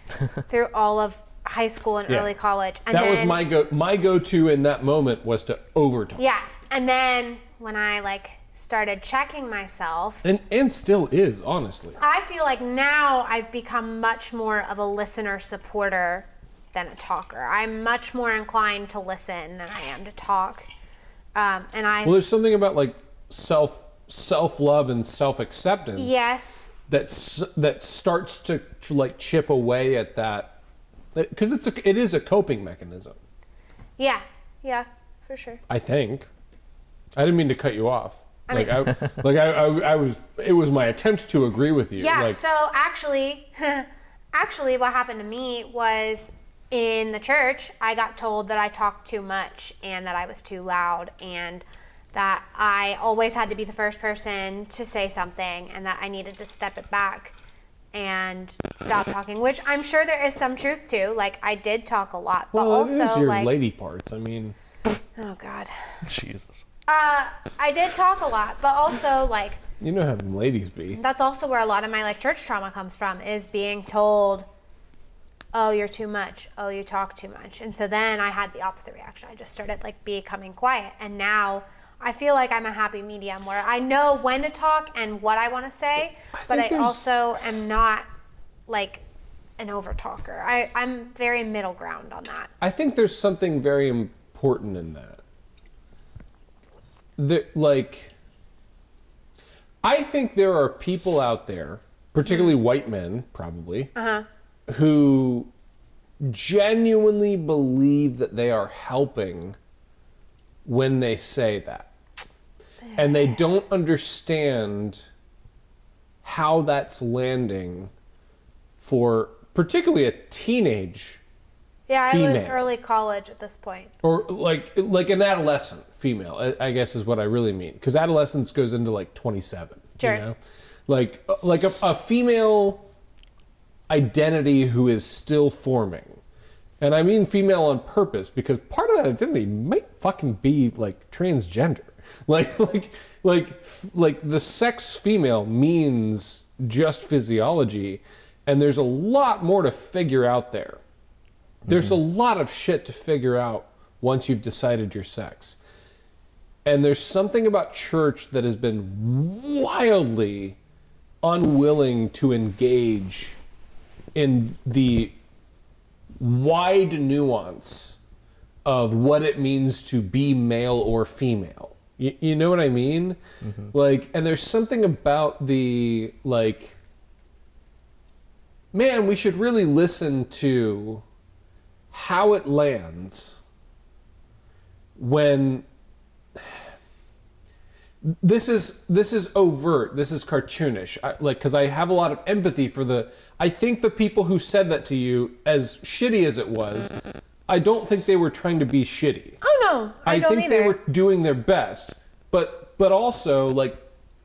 through all of high school and Yeah. early college. And that then, was my go my go to in that moment was to overtalk. Yeah. And then when I like started checking myself And and still is, honestly. I feel like now I've become much more of a listener supporter than a talker. I'm much more inclined to listen than I am to talk. Um, and I, Well there's something about like self self love and self acceptance. yes, that s- that starts to, to like chip away at that because it's a, it is a coping mechanism yeah, yeah, for sure. i think i didn't mean to cut you off like i like I, I i was it was my attempt to agree with you Yeah, like so actually, actually, what happened to me was in the church, I got told that I talked too much and that I was too loud and that I always had to be the first person to say something and that I needed to step it back and stop talking, which I'm sure there is some truth to. Like, I did talk a lot, but well, Oh, it is also, your like, lady parts i mean oh God. Jesus Uh, I did talk a lot, but also, like, you know how them ladies be that's also where a lot of my like church trauma comes from is being told oh you're too much oh you talk too much and so then i had the opposite reaction i just started like becoming quiet and now i feel like i'm a happy medium where i know when to talk and what i want to say but think i there's- also am not like an over talker I, i'm very middle ground on that I think there's something very important in that. That like I think there are people out there, particularly white men probably, who genuinely believe that they are helping when they say that. And they don't understand how that's landing for particularly a teenage yeah i was Female. early college at this point or like like an adolescent female I- i guess is what i really mean because adolescence goes into like 27 Sure. you know like uh, like a, a female identity who is still forming and i mean female on purpose because part of that identity might fucking be like transgender like like like f- like the sex female means just physiology And there's a lot more to figure out there. There's a lot of shit to figure out once you've decided your sex. And there's something about church that has been wildly unwilling to engage in the wide nuance of what it means to be male or female. You, you know what I mean? Like, and there's something about the, like, man, we should really listen to how it lands when this is this is overt this is cartoonish I, like because i have a lot of empathy for the i think the people who said that to you as shitty as it was i don't think they were trying to be shitty Oh no, I, don't think either. they were doing their best, but but also like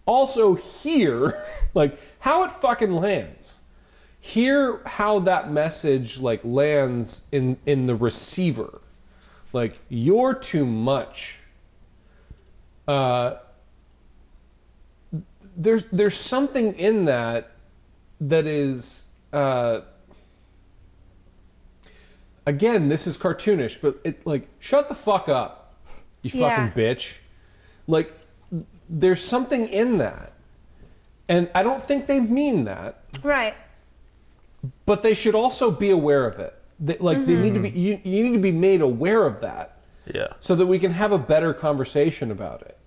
also here like how it fucking lands. Hear how that message like lands in in the receiver. Like you're too much. Uh there's there's something in that that is uh again, this is cartoonish, but it like shut the fuck up, you Yeah. fucking bitch. Like there's something in that. And I don't think they mean that, right. but they should also be aware of it. They, like they need to be you, you need to be made aware of that Yeah. so that we can have a better conversation about it.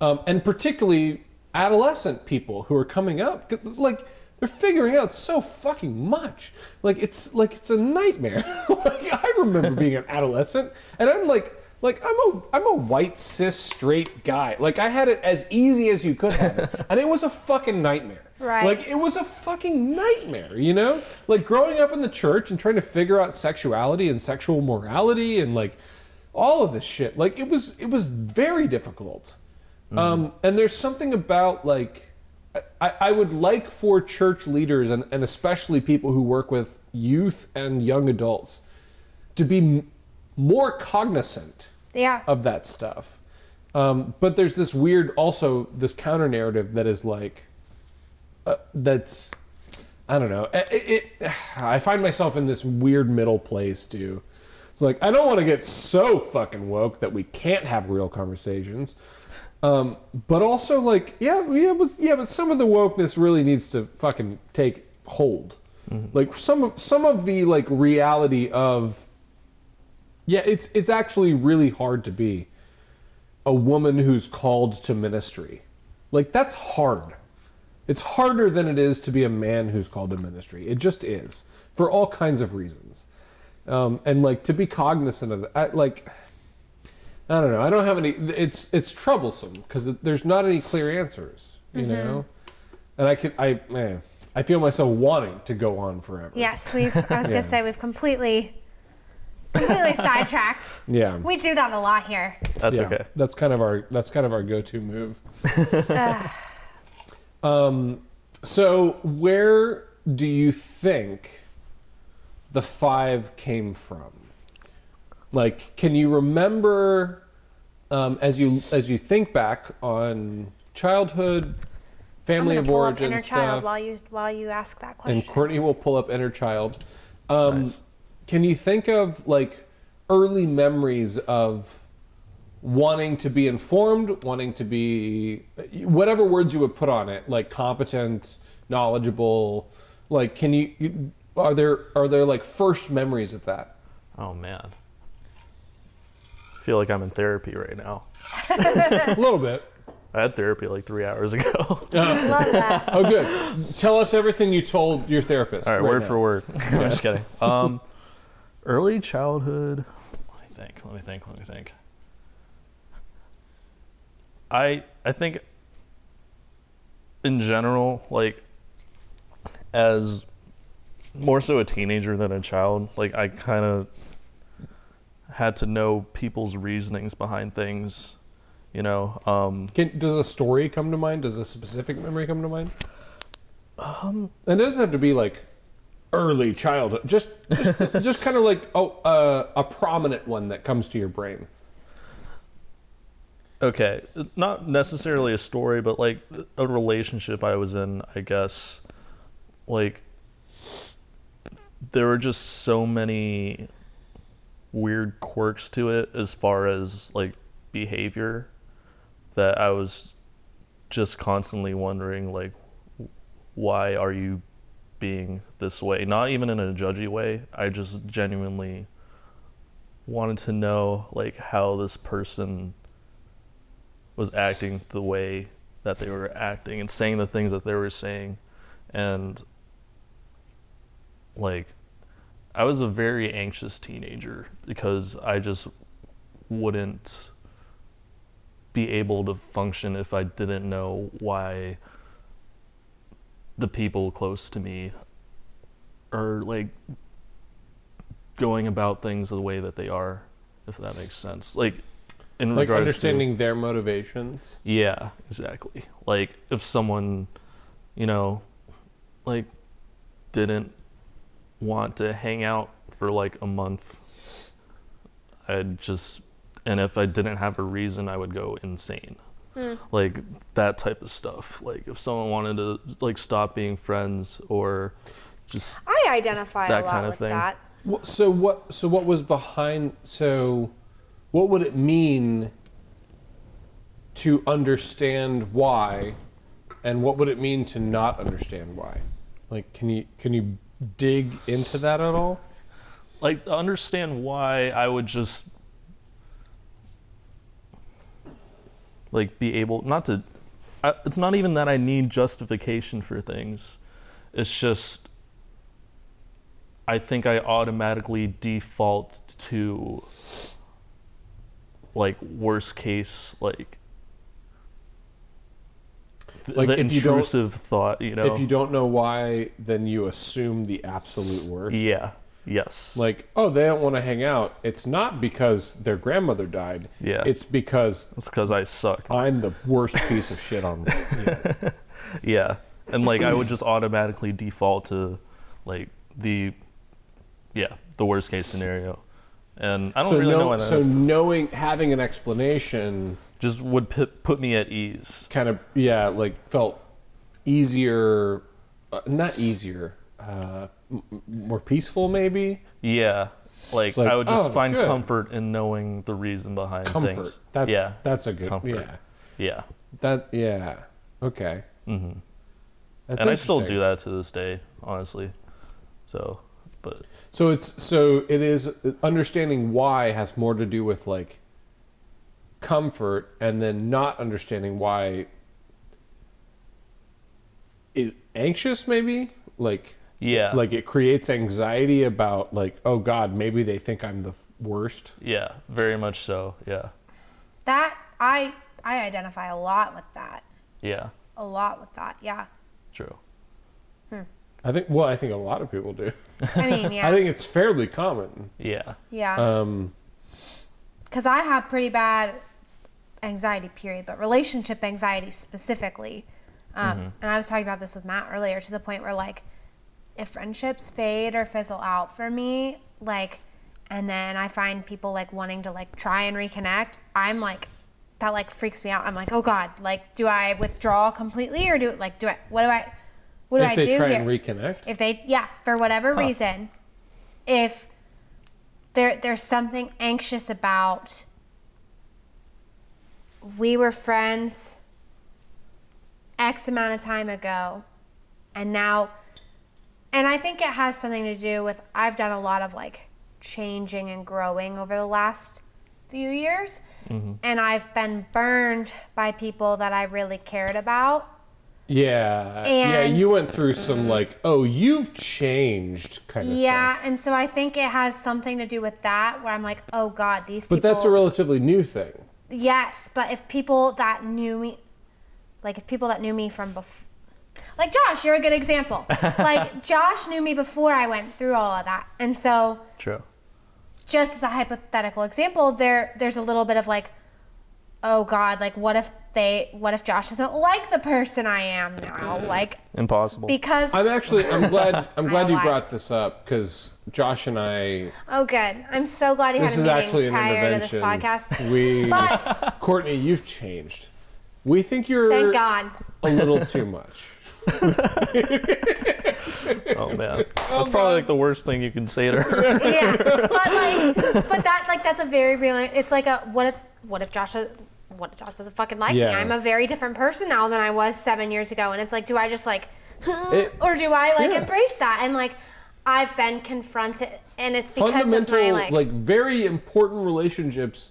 Um, and particularly adolescent people who are coming up, 'cause, like they're figuring out so fucking much. Like it's like it's a nightmare. like I remember being an adolescent, and I'm like. Like I'm a I'm a white cis straight guy. Like I had it as easy as you could have, it, and it was a fucking nightmare. Right. Like it was a fucking nightmare, you know? Like growing up in the church and trying to figure out sexuality and sexual morality and like all of this shit. Like it was it was very difficult. Um, and there's something about like I, I would like for church leaders and, and especially people who work with youth and young adults to be m- more cognizant Yeah. of that stuff. Um, but there's this weird, also this counter narrative that is like, uh, that's, I don't know. It, it, I find myself in this weird middle place too. It's like I don't want to get so fucking woke that we can't have real conversations. Um, but also like, yeah, yeah, but, yeah, but some of the wokeness really needs to fucking take hold. Like some of some of the like reality of yeah, it's it's actually really hard to be a woman who's called to ministry. Like that's hard. It's harder than it is to be a man who's called to ministry. It just is for all kinds of reasons. Um, and like to be cognizant of that, I, like I don't know. I don't have any. It's it's troublesome because there's not any clear answers, you know. And I could I man, I feel myself wanting to go on forever. Yes, we've. I was Yeah. gonna say we've completely, completely sidetracked. Yeah. We do that a lot here. That's Yeah, okay. That's kind of our that's kind of our go-to move. um, so where do you think the five came from? Like, can you remember um, as you as you think back on childhood, I'm family gonna of pull up origin inner stuff? child while you while you ask that question. And Courtney will pull up inner child. Um, Nice. Can you think of like early memories of wanting to be informed, wanting to be whatever words you would put on it, like competent, knowledgeable? Like, can you? you are there are there like first memories of that? Oh man. I feel like I'm in therapy right now. A little bit. I had therapy like three hours ago. All Love that. Oh, good. Tell us everything you told your therapist. right, right word now. for word. I'm just kidding. Um, early childhood. Let me think. Let me think. Let me think. I I think in general, like as more so a teenager than a child, like I kind of had to know people's reasonings behind things, you know. Um, Can, does a story come to mind? Does a specific memory come to mind? Um, it doesn't have to be like early childhood. Just, just, just kind of like oh, uh, a prominent one that comes to your brain. okay not necessarily a story but like a relationship i was in i guess like there were just so many weird quirks to it as far as like behavior that I was just constantly wondering like why are you being this way not even in a judgy way I just genuinely wanted to know like how this person was acting the way that they were acting and saying the things that they were saying and like I was a very anxious teenager because I just wouldn't be able to function if I didn't know why the people close to me are like going about things the way that they are, if that makes sense. Like in Like regards understanding their motivations. to Yeah, exactly. Like if someone, you know, like didn't want to hang out for like a month. I'd just, and if I didn't have a reason, I would go insane. Like that type of stuff. Like if someone wanted to like stop being friends or just I identify That a lot kind of with thing. that. Wha- So what? So what was behind? So, what would it mean to understand why, and what would it mean to not understand why? Like, can you can you dig into that at all? like to understand why I would just like be able not to I, it's not even that I need justification for things. It's just I think I automatically default to like worst case like th- Like, the if you don't- intrusive thought, you know. If you don't know why, then you assume the absolute worst. yeah. Yes. Like, oh, they don't want to hang out. It's not because their grandmother died. Yeah. It's because it's cuz I suck. I'm the worst piece of shit on. Yeah. And like I would just automatically default to like the yeah, the worst case scenario. And I don't so really no, know why that so is. knowing having an explanation Just would put, put me at ease. kind of yeah like felt easier uh, not easier uh, m- m- more peaceful maybe Yeah. Like, like, I would just oh, find good. comfort in knowing the reason behind comfort things. that's yeah. that's a good Comfort. yeah yeah. that yeah okay mm-hmm. that's And I still interesting. do that to this day, honestly. So, but so it's so it is understanding why has more to do with like comfort and then not understanding why is anxious maybe like yeah. like it creates anxiety about like oh god maybe they think i'm the f- worst yeah, very much so. Yeah. That I I identify a lot with that. Yeah. A lot with that. Yeah. True. i think well i think a lot of people do I mean, yeah. i think it's fairly common Yeah. yeah. um Because I have pretty bad anxiety, period, but relationship anxiety specifically. Um, And I was talking about this with Matt earlier to the point where, like, if friendships fade or fizzle out for me, like, and then I find people like wanting to like try and reconnect, I'm like, that like freaks me out. I'm like, oh God, like, do I withdraw completely or do like, do I, what do I, what do if I they do try here? and reconnect if they yeah for whatever reason if there there's something anxious about we were friends x amount of time ago and now and i think it has something to do with i've done a lot of like changing and growing over the last few years and i've been burned by people that i really cared about yeah yeah And- you went through some like oh you've changed kind of Yeah, stuff and so I think it has something to do with that where I'm like, oh God, these but people. that's a relatively new thing Yes, but if people that knew me, like if people that knew me from before, like Josh, you're a good example. like Josh knew me before I went through all of that. And so True. just as a hypothetical example, there there's a little bit of like, oh God, like what if they, what if Josh doesn't like the person I am now? Like Impossible. because, i'm actually i'm glad i'm glad you lied. brought this up because josh and i oh good, I'm so glad he had this a is meeting actually an prior to this intervention podcast. we But courtney you've changed We think you're Thank God. a little too much. Oh man, that's probably like the worst thing you can say to her. Yeah, but like, but that like that's a very real. It's like a what if what if Josh what if Josh doesn't fucking like me? Yeah. I'm a very different person now than I was seven years ago, and it's like, do I just like, It- or do I like yeah. embrace that? And like, I've been confronted, and it's because of my Fundamental, like, like very important relationships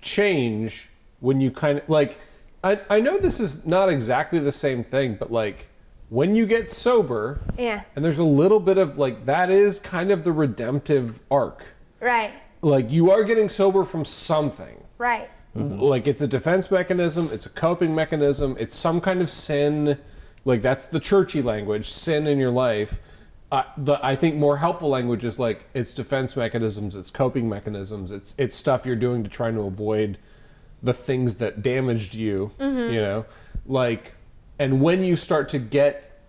change when you kind of like. I I know this is not exactly the same thing, but like when you get sober, Yeah. and there's a little bit of like that is kind of the redemptive arc. right, Like you are getting sober from something. right, Like it's a defense mechanism, it's a coping mechanism, it's some kind of sin. Like that's the churchy language, sin in your life. Uh, the I think more helpful language is like it's defense mechanisms, it's coping mechanisms, it's it's stuff you're doing to try to avoid the things that damaged you. You know, like and when you start to get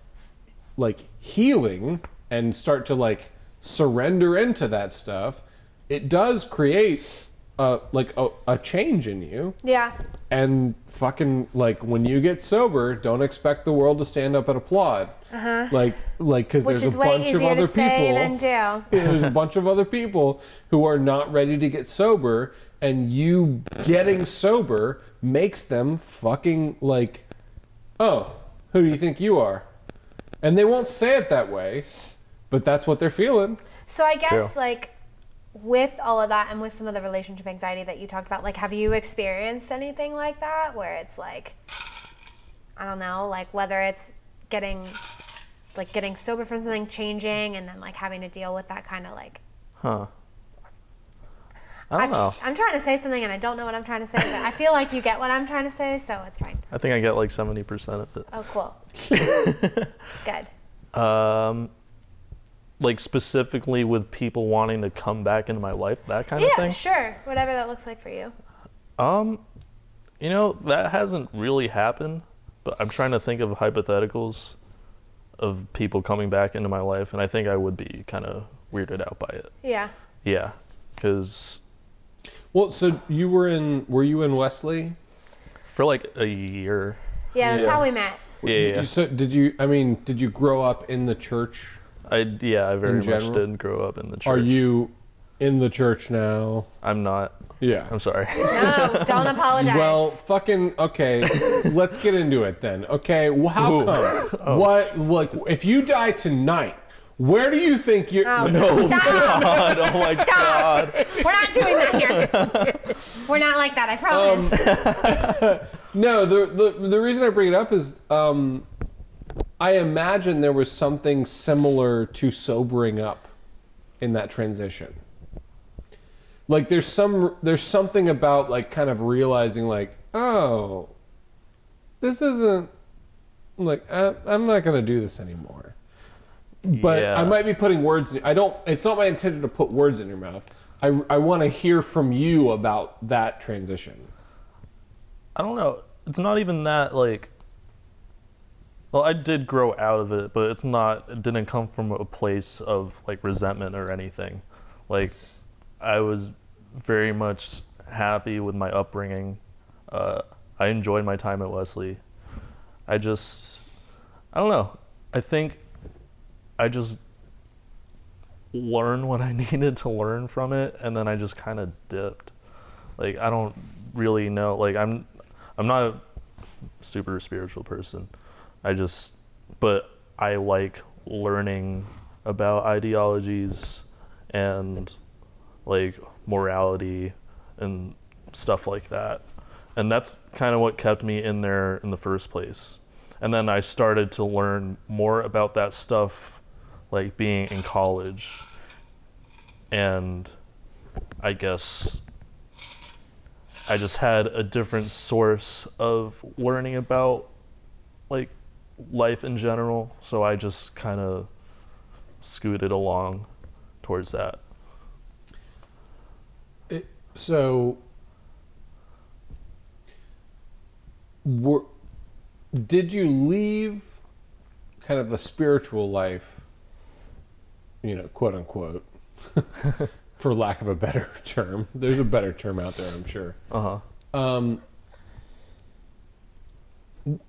like healing and start to like surrender into that stuff, it does create a like a, a change in you. yeah, And fucking like when you get sober, don't expect the world to stand up and applaud. Uh-huh. Like like because which there's is a way bunch of easier other to say people than do. yeah, there's a bunch of other people who are not ready to get sober and you getting sober makes them fucking like oh who do you think you are and they won't say it that way but that's what they're feeling So I guess True. like with all of that and with some of the relationship anxiety that you talked about, like have you experienced anything like that where it's like I don't know, like whether it's getting like getting sober from something changing and then like having to deal with that kind of like Huh? I don't know. I'm trying to say something and I don't know what I'm trying to say, but I feel like you get what I'm trying to say, so it's fine. I think I get like seventy percent of it. Oh cool. Good. Um, like specifically with people wanting to come back into my life, that kind of Yeah, thing. sure. Whatever that looks like for you. Um, you know that hasn't really happened, but I'm trying to think of hypotheticals of people coming back into my life, and I think I would be kind of weirded out by it. Yeah. Yeah, because well so you were in were you in wesley for like a year. Yeah, that's Yeah. how we met. Yeah, yeah. You- so did you i mean did you grow up in the church I yeah, I very much general? didn't grow up in the church. are you in the church now I'm not. yeah I'm sorry. No, don't apologize. Well, fucking okay. let's get into it then. Okay, well, how Ooh. come? What like if you die tonight? Where do you think you're? Oh, No, stop. God, oh my Stop. God. We're not doing that here. We're not like Um, that, I promise. No, the, the the reason I bring it up is um, I imagine there was something similar to sobering up in that transition. Like there's some there's something about like kind of realizing like oh, this isn't like I, I'm not gonna do this anymore. But Yeah. I might be putting words. In, I don't. It's not my intention to put words in your mouth. I I want to hear from you about that transition. I don't know. It's not even that like. Well, I did grow out of it, but it's not. It didn't come from a place of like resentment or anything. Like, I was very much happy with my upbringing. Uh, I enjoyed my time at Wesley. I just, I don't know. I think I just learned what I needed to learn from it, and then I just kind of dipped. Like I don't really know. Like I'm, I'm not a super spiritual person. I just, but I like learning about ideologies and like morality and stuff like that. And that's kind of what kept me in there in the first place. And then I started to learn more about that stuff, like being in college. And I guess I just had a different source of learning about like life in general. So I just kind of scooted along towards that. It, so, were, did you leave kind of the spiritual life, you know, quote unquote, for lack of a better Um, term? There's a better term out there, I'm sure. Uh huh. Um,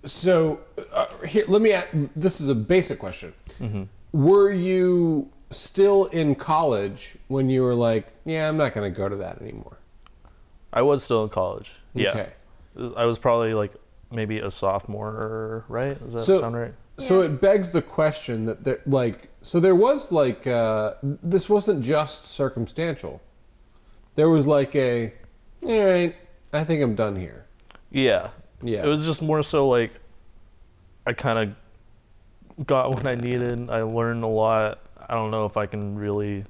So, uh, here, let me. Ask, this is a basic question. Were you still in college when you were like, "Yeah, I'm not going to go to that anymore"? I was still in college. Yeah. Okay. I was probably like maybe a sophomore, right? Does that sound right? So it begs the question that there, like, so there was like, uh, this wasn't just circumstantial. There was like a, all right, I think I'm done here. Yeah. Yeah. It was just more so like I kind of got what I needed. I learned a lot. I don't know if I can really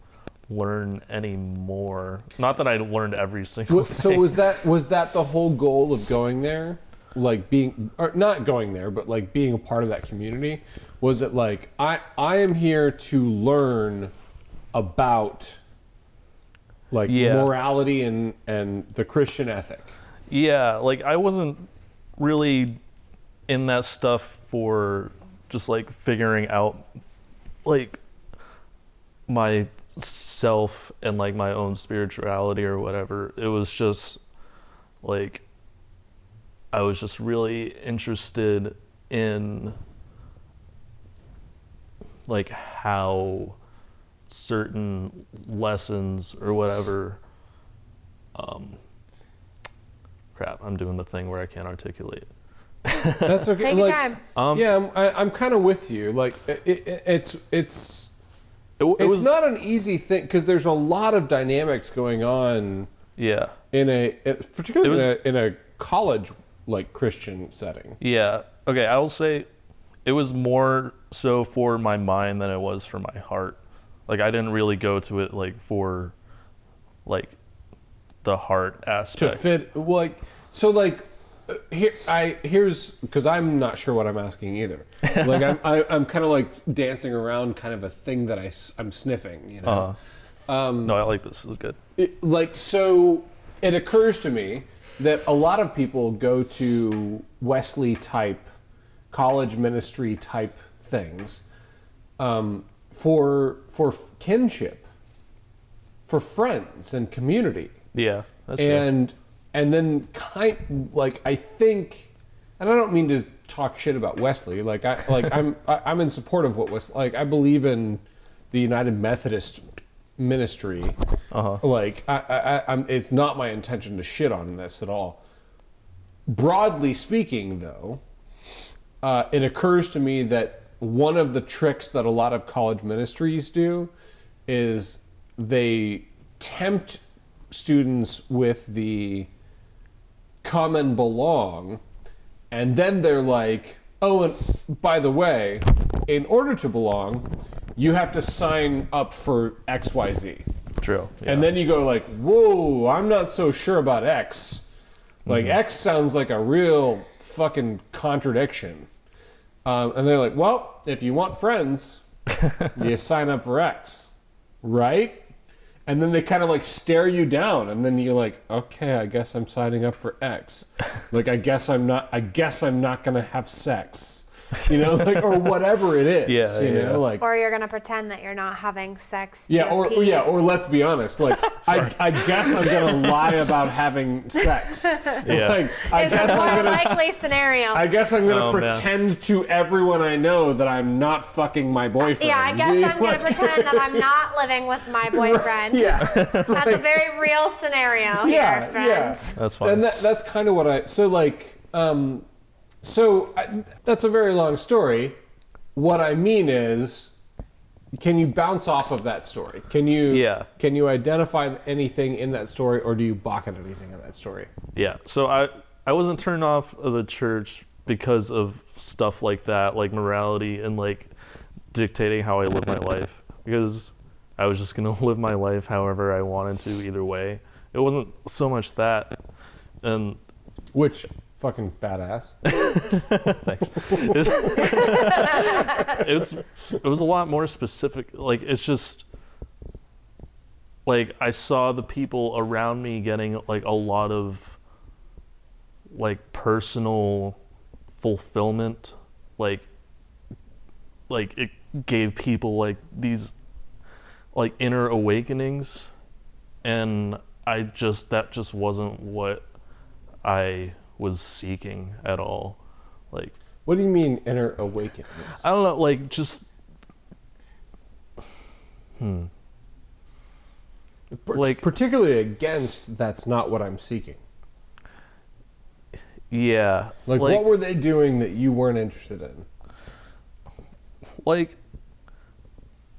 learn any more. Not that I learned every single Wa- So thing. was that was that the whole goal of going there? Like being, or not going there, but like being a part of that community. Was it like I I am here to learn about like Yeah. morality and and the Christian ethic? Yeah, like I wasn't really in that stuff for just like figuring out like myself and like my own spirituality or whatever. It was just like I was just really interested in like how certain lessons or whatever crap i'm doing the thing where i can't articulate That's okay. Take your like, time. Um, yeah, I'm, I, I'm kind of with you. Like, it, it, it's it's It, w- it it's was not an easy thing because there's a lot of dynamics going on yeah, in a in- particularly It in, a, in a college like Christian setting. yeah. Okay, I will say, it was more so for my mind than it was for my heart. Like I didn't really go to it like for, like, the heart to aspect. fit well, like so like uh, here I here's because I'm not sure what I'm asking either. Like I'm I, I'm kind of like dancing around kind of a thing that I am sniffing, you know. no, I like this. This is good. It- like so it occurs to me that a lot of people go to Wesley type college ministry type things um, for for kinship, for friends and community Yeah, that's true. and and then kind like I think, and I don't mean to talk shit about Wesley. Like I like I'm I, I'm in support of what Wesley. Like I believe in the United Methodist ministry. Uh-huh. Like I, I I- I'm it's not my intention to shit on this at all. Broadly speaking, though, uh, it occurs to me that one of the tricks that a lot of college ministries do is they tempt students with the come and belong, and then they're like, oh, and by the way, in order to belong, you have to sign up for XYZ. True. Yeah. And then you go like, "Whoa, I'm not so sure about X." Like Mm-hmm. X sounds like a real fucking contradiction. Um, and they're like, "Well, if you want friends, you sign up for X, right?" And then they kind of like stare you down, and then you're like, "Okay, I guess I'm signing up for X." Like, I guess I'm not. I guess I'm not gonna have sex, you know, like or whatever it is, Yeah, you yeah. know, like Or you're gonna pretend that you're not having sex. to yeah, or appease- yeah, or let's be honest. Like, I, I guess I'm gonna lie about having sex. Yeah. Like, I Is the guess I'm more gonna. likely scenario. I guess I'm gonna Oh, man. pretend to everyone I know that I'm not fucking my boyfriend. yeah, I guess I'm gonna Like, pretend that I'm not living with my boyfriend. Yeah, That's a very real scenario yeah, here, yeah. friends. That's fine. And that, that's kind of what I. So like, um, so I, that's a very long story. What I mean is, can you bounce off of that story? Can you? Yeah. Can you identify anything in that story, or do you balk at anything in that story? Yeah. So I I wasn't turned off of the church because of stuff like that, like morality and like dictating how I live my life because I was just going to live my life however I wanted to either way. It wasn't so much that and Which fucking badass. it's it was a lot more specific. Like it's just like I saw the people around me getting like a lot of like personal fulfillment. Like like it gave people like these like inner awakenings and I just that just wasn't what I was seeking at all. Like What do you mean inner awakeness? I don't know, like just Par- like- particularly against that's not what I'm seeking. yeah. Like, what were they doing that you weren't interested in? like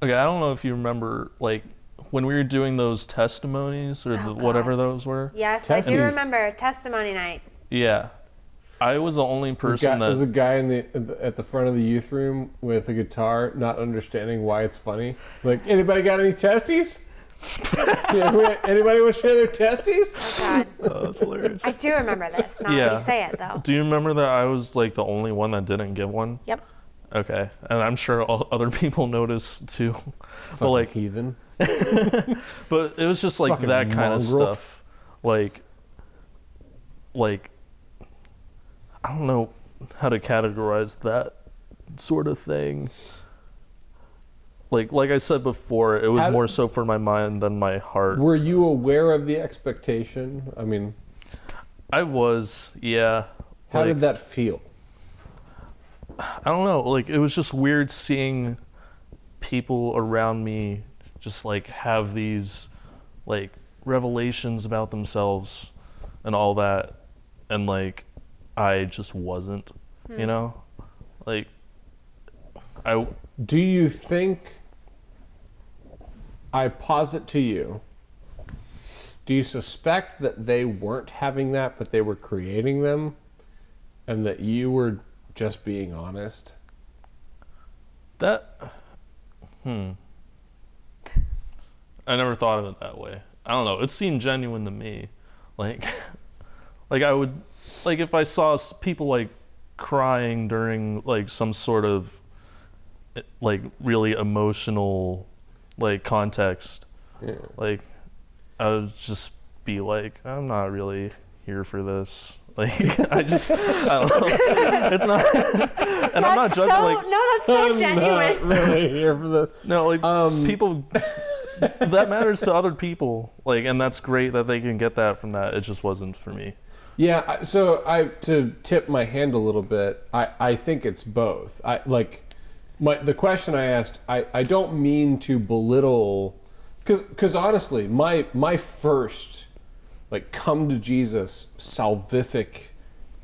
okay i don't know if you remember like when we were doing those testimonies or the, Oh, God. whatever those were Yes, I do Testes. remember testimony night. yeah i was the only There's a guy- person there's a that guy in the at the- at the front of the youth room with a guitar, not understanding why it's funny. Like, anybody got any testes? Yeah, anybody want to share their testes? God, oh, that's hilarious I do remember this. Not when Yeah. you say it though. do you remember that i was like the only one that didn't give one Yep. okay and i'm sure all other people noticed too but Fucking like heathen. but it was just like Fucking that kind of mongrel. stuff like like i don't know how to categorize that sort of thing like like i said before it was How- more so for my mind than my heart Were you aware of the expectation? I mean, i was yeah how like, did that feel? i don't know like it was just weird seeing people around me just like have these like revelations about themselves and all that and like i just wasn't you know like i Do you think I posit to you? Do you suspect that they weren't having that, but they were creating them, and that you were just being honest? that hmm i never thought of it that way i don't know it seemed genuine to me like like i would like if i saw s- people like crying during like some sort of eh, like really emotional like context like i would just be like i'm not really here for this like i just i don't know it's not and i'm not That's so judging like no, that's so genuine. Not really here for the. no, like Um, people that matters to other people. Like and that's great that they can get that from that. It just wasn't for me. Yeah, I- so I to tip my hand a little bit. I I think it's both. I like my the question I asked. I I don't mean to belittle cuz cuz honestly, my my first like come to Jesus salvific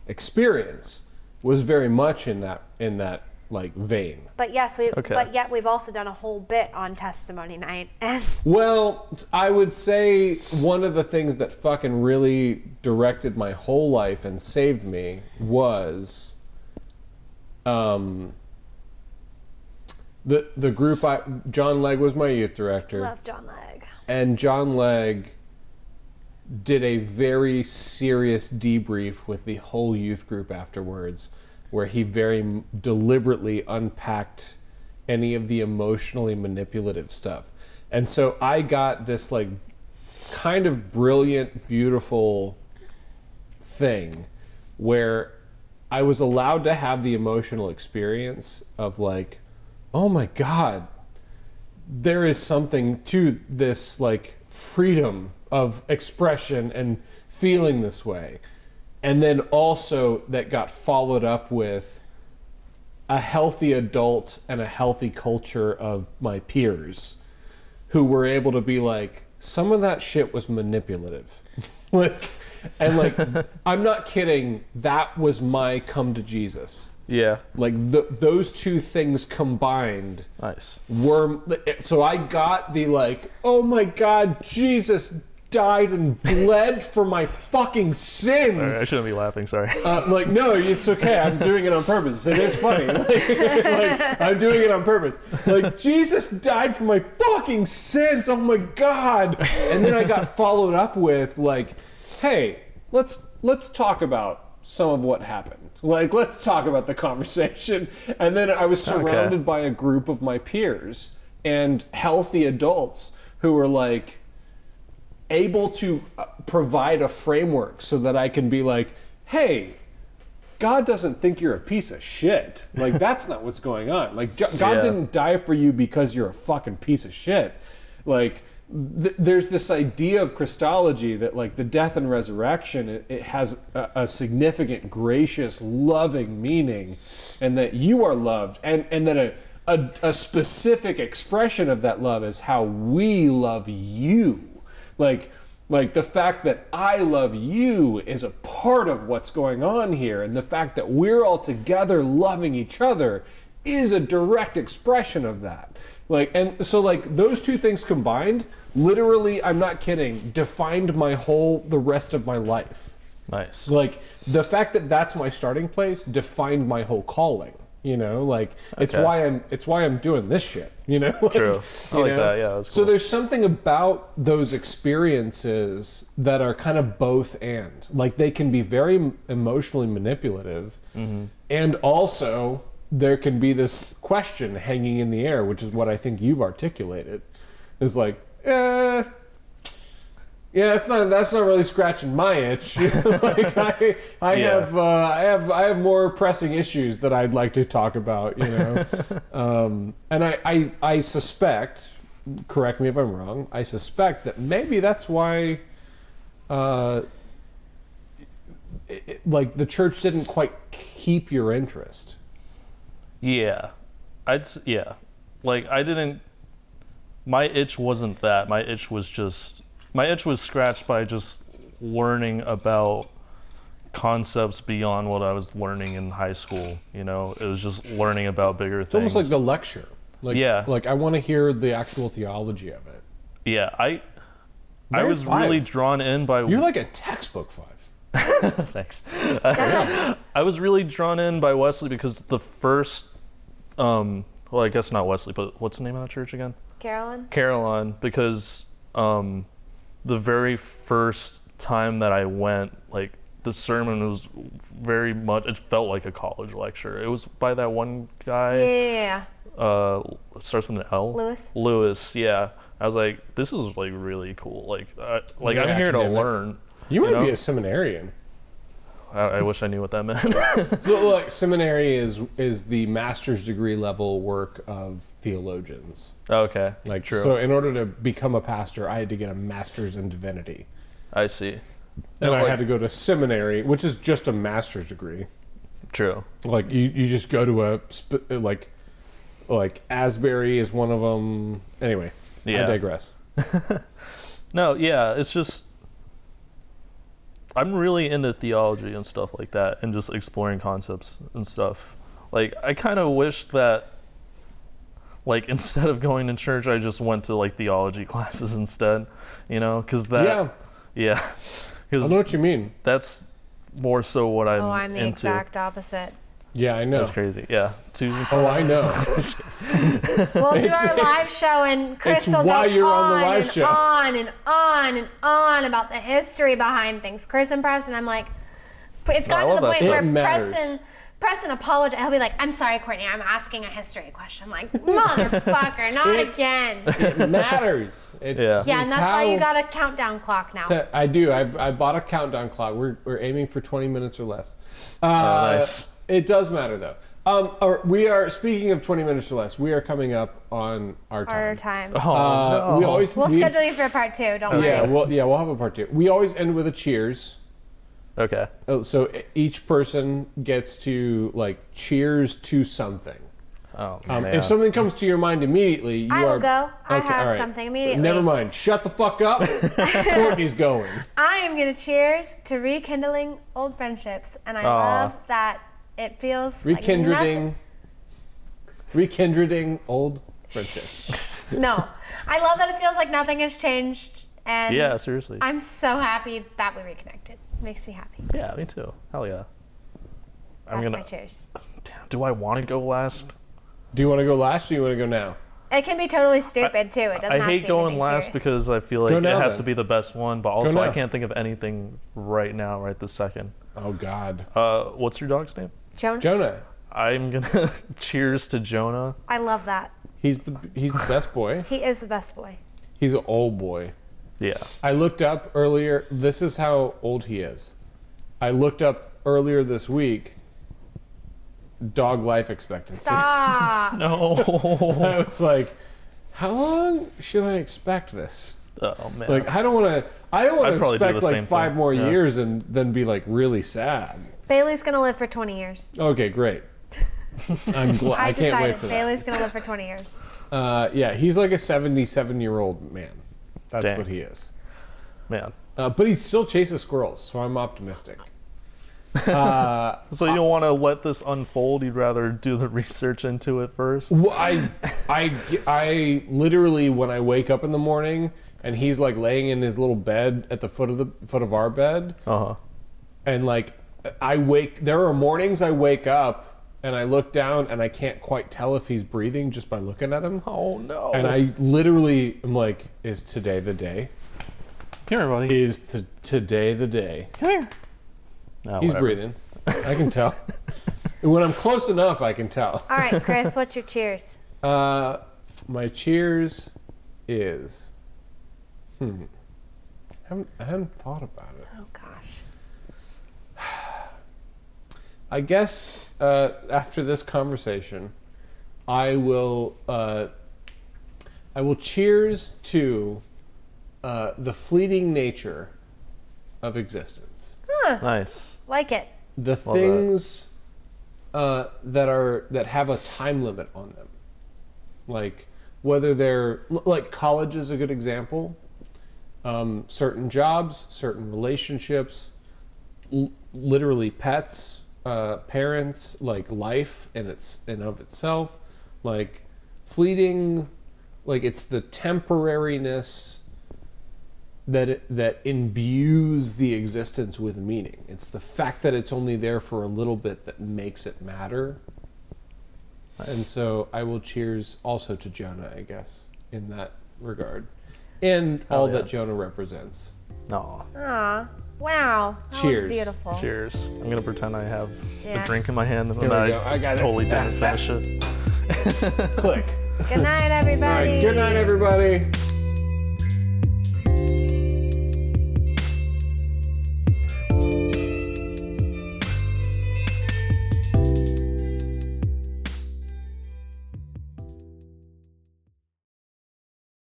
experience was very much in that in that like vein. But yes, we. Okay. But yet we've also done a whole bit on testimony night, and Well, I would say one of the things that fucking really directed my whole life and saved me was um the the group I John Legg was my youth director love John Legg. and John Legg did a very serious debrief with the whole youth group afterwards, where he very m- deliberately unpacked any of the emotionally manipulative stuff. And so I got this like kind of brilliant, beautiful thing where I was allowed to have the emotional experience of like, oh my God, there is something to this like freedom of expression and feeling this way. And then also that got followed up with a healthy adult and a healthy culture of my peers who were able to be like, some of that shit was manipulative. like, and like, I'm not kidding, that was my come to Jesus. Yeah. Like, th- those two things combined Nice. were so I got the like, oh my god, Jesus died and bled for my fucking All right, I sins. shouldn't be laughing, sorry. Uh, like, no, it's okay. I'm doing it on purpose. It is funny. Like, like, I'm doing it on purpose. Like, Jesus died for my fucking sins. Oh my god! And then I got followed up with like, hey, let's let's talk about some of what happened. Like, let's talk about the conversation. And then I was surrounded by a group of my peers and healthy adults who were like able to uh, provide a framework so that I can be like, hey, God doesn't think you're a piece of shit. Like, that's not what's going on. Like, Jo- God Yeah. didn't die for you because you're a fucking piece of shit. Like, th- there's this idea of Christology that like the death and resurrection it, it has a, a significant gracious loving meaning and that you are loved and and that a, a a specific expression of that love is how we love you like like the fact that I love you is a part of what's going on here and the fact that we're all together loving each other is a direct expression of that. Like, and so like those two things combined, literally, I'm not kidding, defined my whole the rest of my life. Nice. Like the fact that that's my starting place defined my whole calling. You know, like it's Okay. why I'm it's why I'm doing this shit. You know, Like, True. I you like that, yeah, that's So cool. there's something about those experiences that are kind of both and like they can be very m- emotionally manipulative, Mm-hmm. and also there can be this question hanging in the air, which is what I think you've articulated, is like, eh, yeah, that's not that's not really scratching my itch. like I, I Yeah. have uh, I have I have more pressing issues that I'd like to talk about. You know, um, and I, I I suspect, correct me if I'm wrong. I suspect that maybe that's why, uh, it- it- like the church didn't quite keep your interest. Yeah, I'd s- yeah, like I didn't. My itch wasn't that. My itch was just my itch was scratched by just learning about concepts beyond what I was learning in high school. You know, it was just learning about bigger It's things. almost like the lecture. Like, Yeah. Like I want to hear the actual theology of it. yeah, I I You're was really five. drawn in by You're like a textbook five. Thanks. I was really drawn in by Wesley because the first, um, well, I guess not Wesley, but what's the name of that church again? Carolyn? Caroline because um, the very first time that I went, like the sermon was very much. It felt like a college lecture. It was by that one Yeah, guy. yeah, yeah. Uh, it starts with an L. Lewis? Lewis. Yeah. I was like, this is like really cool. Like, I, like Very I'm here to academic. learn. You might know? be a seminarian. I, I wish I knew what that meant. So, like, seminary is is the master's degree level work of theologians. okay. Like, true. so in order to become a pastor, I had to get a master's in divinity, I see. and I like- had to go to seminary, which is just a master's degree. True. Like, you, you just go to a sp- like, like Asbury is one of them. Anyway, I Yeah. digress. No, yeah, it's just I'm really into theology and stuff like that and just exploring concepts and stuff. Like I kind of wish that like instead of going to church I just went to like theology classes instead, you know, cuz Yeah. that yeah. I Cuz know what you mean. that's more so what I'm, Oh, I'm the into. exact opposite. Yeah, I know. That's crazy. Yeah. Tuesday. Oh, I know. We'll do our it's- live show, and Chris it's will go why on, you're on the live and show. on and on and on about the history behind things. Chris and Preston, I'm like, but it's No, I gotten to love the that point stuff. where It matters. Preston, Preston apologized. He'll be like, "I'm sorry, Courtney. I'm asking a history question." I'm like, motherfucker, not It- again. it matters. It's, Yeah. Yeah, it's and that's why you how- got a countdown clock now. So I do. I've, I bought a countdown clock. We're, we're aiming for 20 minutes or less. Uh, Oh, nice. It does matter, though. Um, or we are, speaking of 20 minutes or less, we are coming up on our time. Our time. Oh, Uh, no. We always We'll we- schedule you for part two. Don't Oh, Yeah, worry. we'll, yeah, we'll have a part two. We always end with a cheers. okay. Oh, So each person gets to, like, cheers to something. Oh, Um, man. If something comes to your mind immediately, you I will are- go. I have all something immediately. Never mind. Shut the fuck up. Courtney's going. I am gonna cheers to rekindling old friendships, and I Aw. love that it feels Like nothing- Rekindling. Rekindling old friendships. no, I love that it feels like nothing has changed, and yeah, seriously. I'm so happy that we reconnected. makes me happy. yeah, me too. Hell yeah. That's I'm going my to cheers. Do I want to go last? Do you want to go last or you want to go now? It can be totally stupid too. It doesn't. I have to hate be going anything last serious. because I feel like it now, has then. to be the best one, but also I now. can't think of anything right now, right this second. Oh God, Uh, what's your dog's name? Joan, Jonah. I'm gonna cheers to Jonah. I love that. He's the he's the best boy. He is the best boy. He's an old boy. Yeah. I looked up earlier. This is how old he is. I looked up earlier this week. Dog life expectancy. Stop. No. I was like, how long should I expect this? Oh man. Like, I don't want to. I don't want I'd to probably do expect the like same five thing, more yeah. years and then be like really sad. Bailey's gonna live for 20 years. Okay, great. I'm glad. I, I, can't decided wait for that. Bailey's gonna live for 20 years. Uh, yeah, he's like a 77 year old man. That's Dang. what he is. man. Uh, but he still chases squirrels, so I'm optimistic. So you don't want to let this unfold. You'd rather do the research into it first. Well, I, I, I literally when I wake up in the morning and he's like laying in his little bed at the foot of the foot of our bed, Uh huh. and like I wake. There are mornings I wake up and I look down and I can't quite tell if he's breathing just by looking at him. Oh no. And I literally am like, is today the day? Come here, buddy. Is t- today the day? Come here. No, He's whatever. breathing. I can tell. when I'm close enough, I can tell. All right, Chris, what's your cheers? Uh, my cheers is. Hmm. I haven't, I haven't thought about it. Oh gosh. I guess uh, after this conversation, I will. Uh, I will cheers to uh, the fleeting nature of existence. Nice. Like it. The things Uh, that are that have a time limit on them, like whether they're l- like college is a good example. um, certain jobs, certain relationships, l- literally pets, uh, parents, like life in its in of itself, like fleeting, like it's the temporariness that it, that imbues the existence with meaning. It's the fact that it's only there for a little bit that makes it matter. And so I will cheers also to Jonah, I guess, in that regard. And all yeah. that Jonah represents. No. Aw. Wow. That Cheers. was beautiful. Cheers. I'm gonna pretend I have Yeah. a drink in my hand and then we I, go. I got it. totally didn't finish it. Click. Good night, All everybody. right, good night, everybody.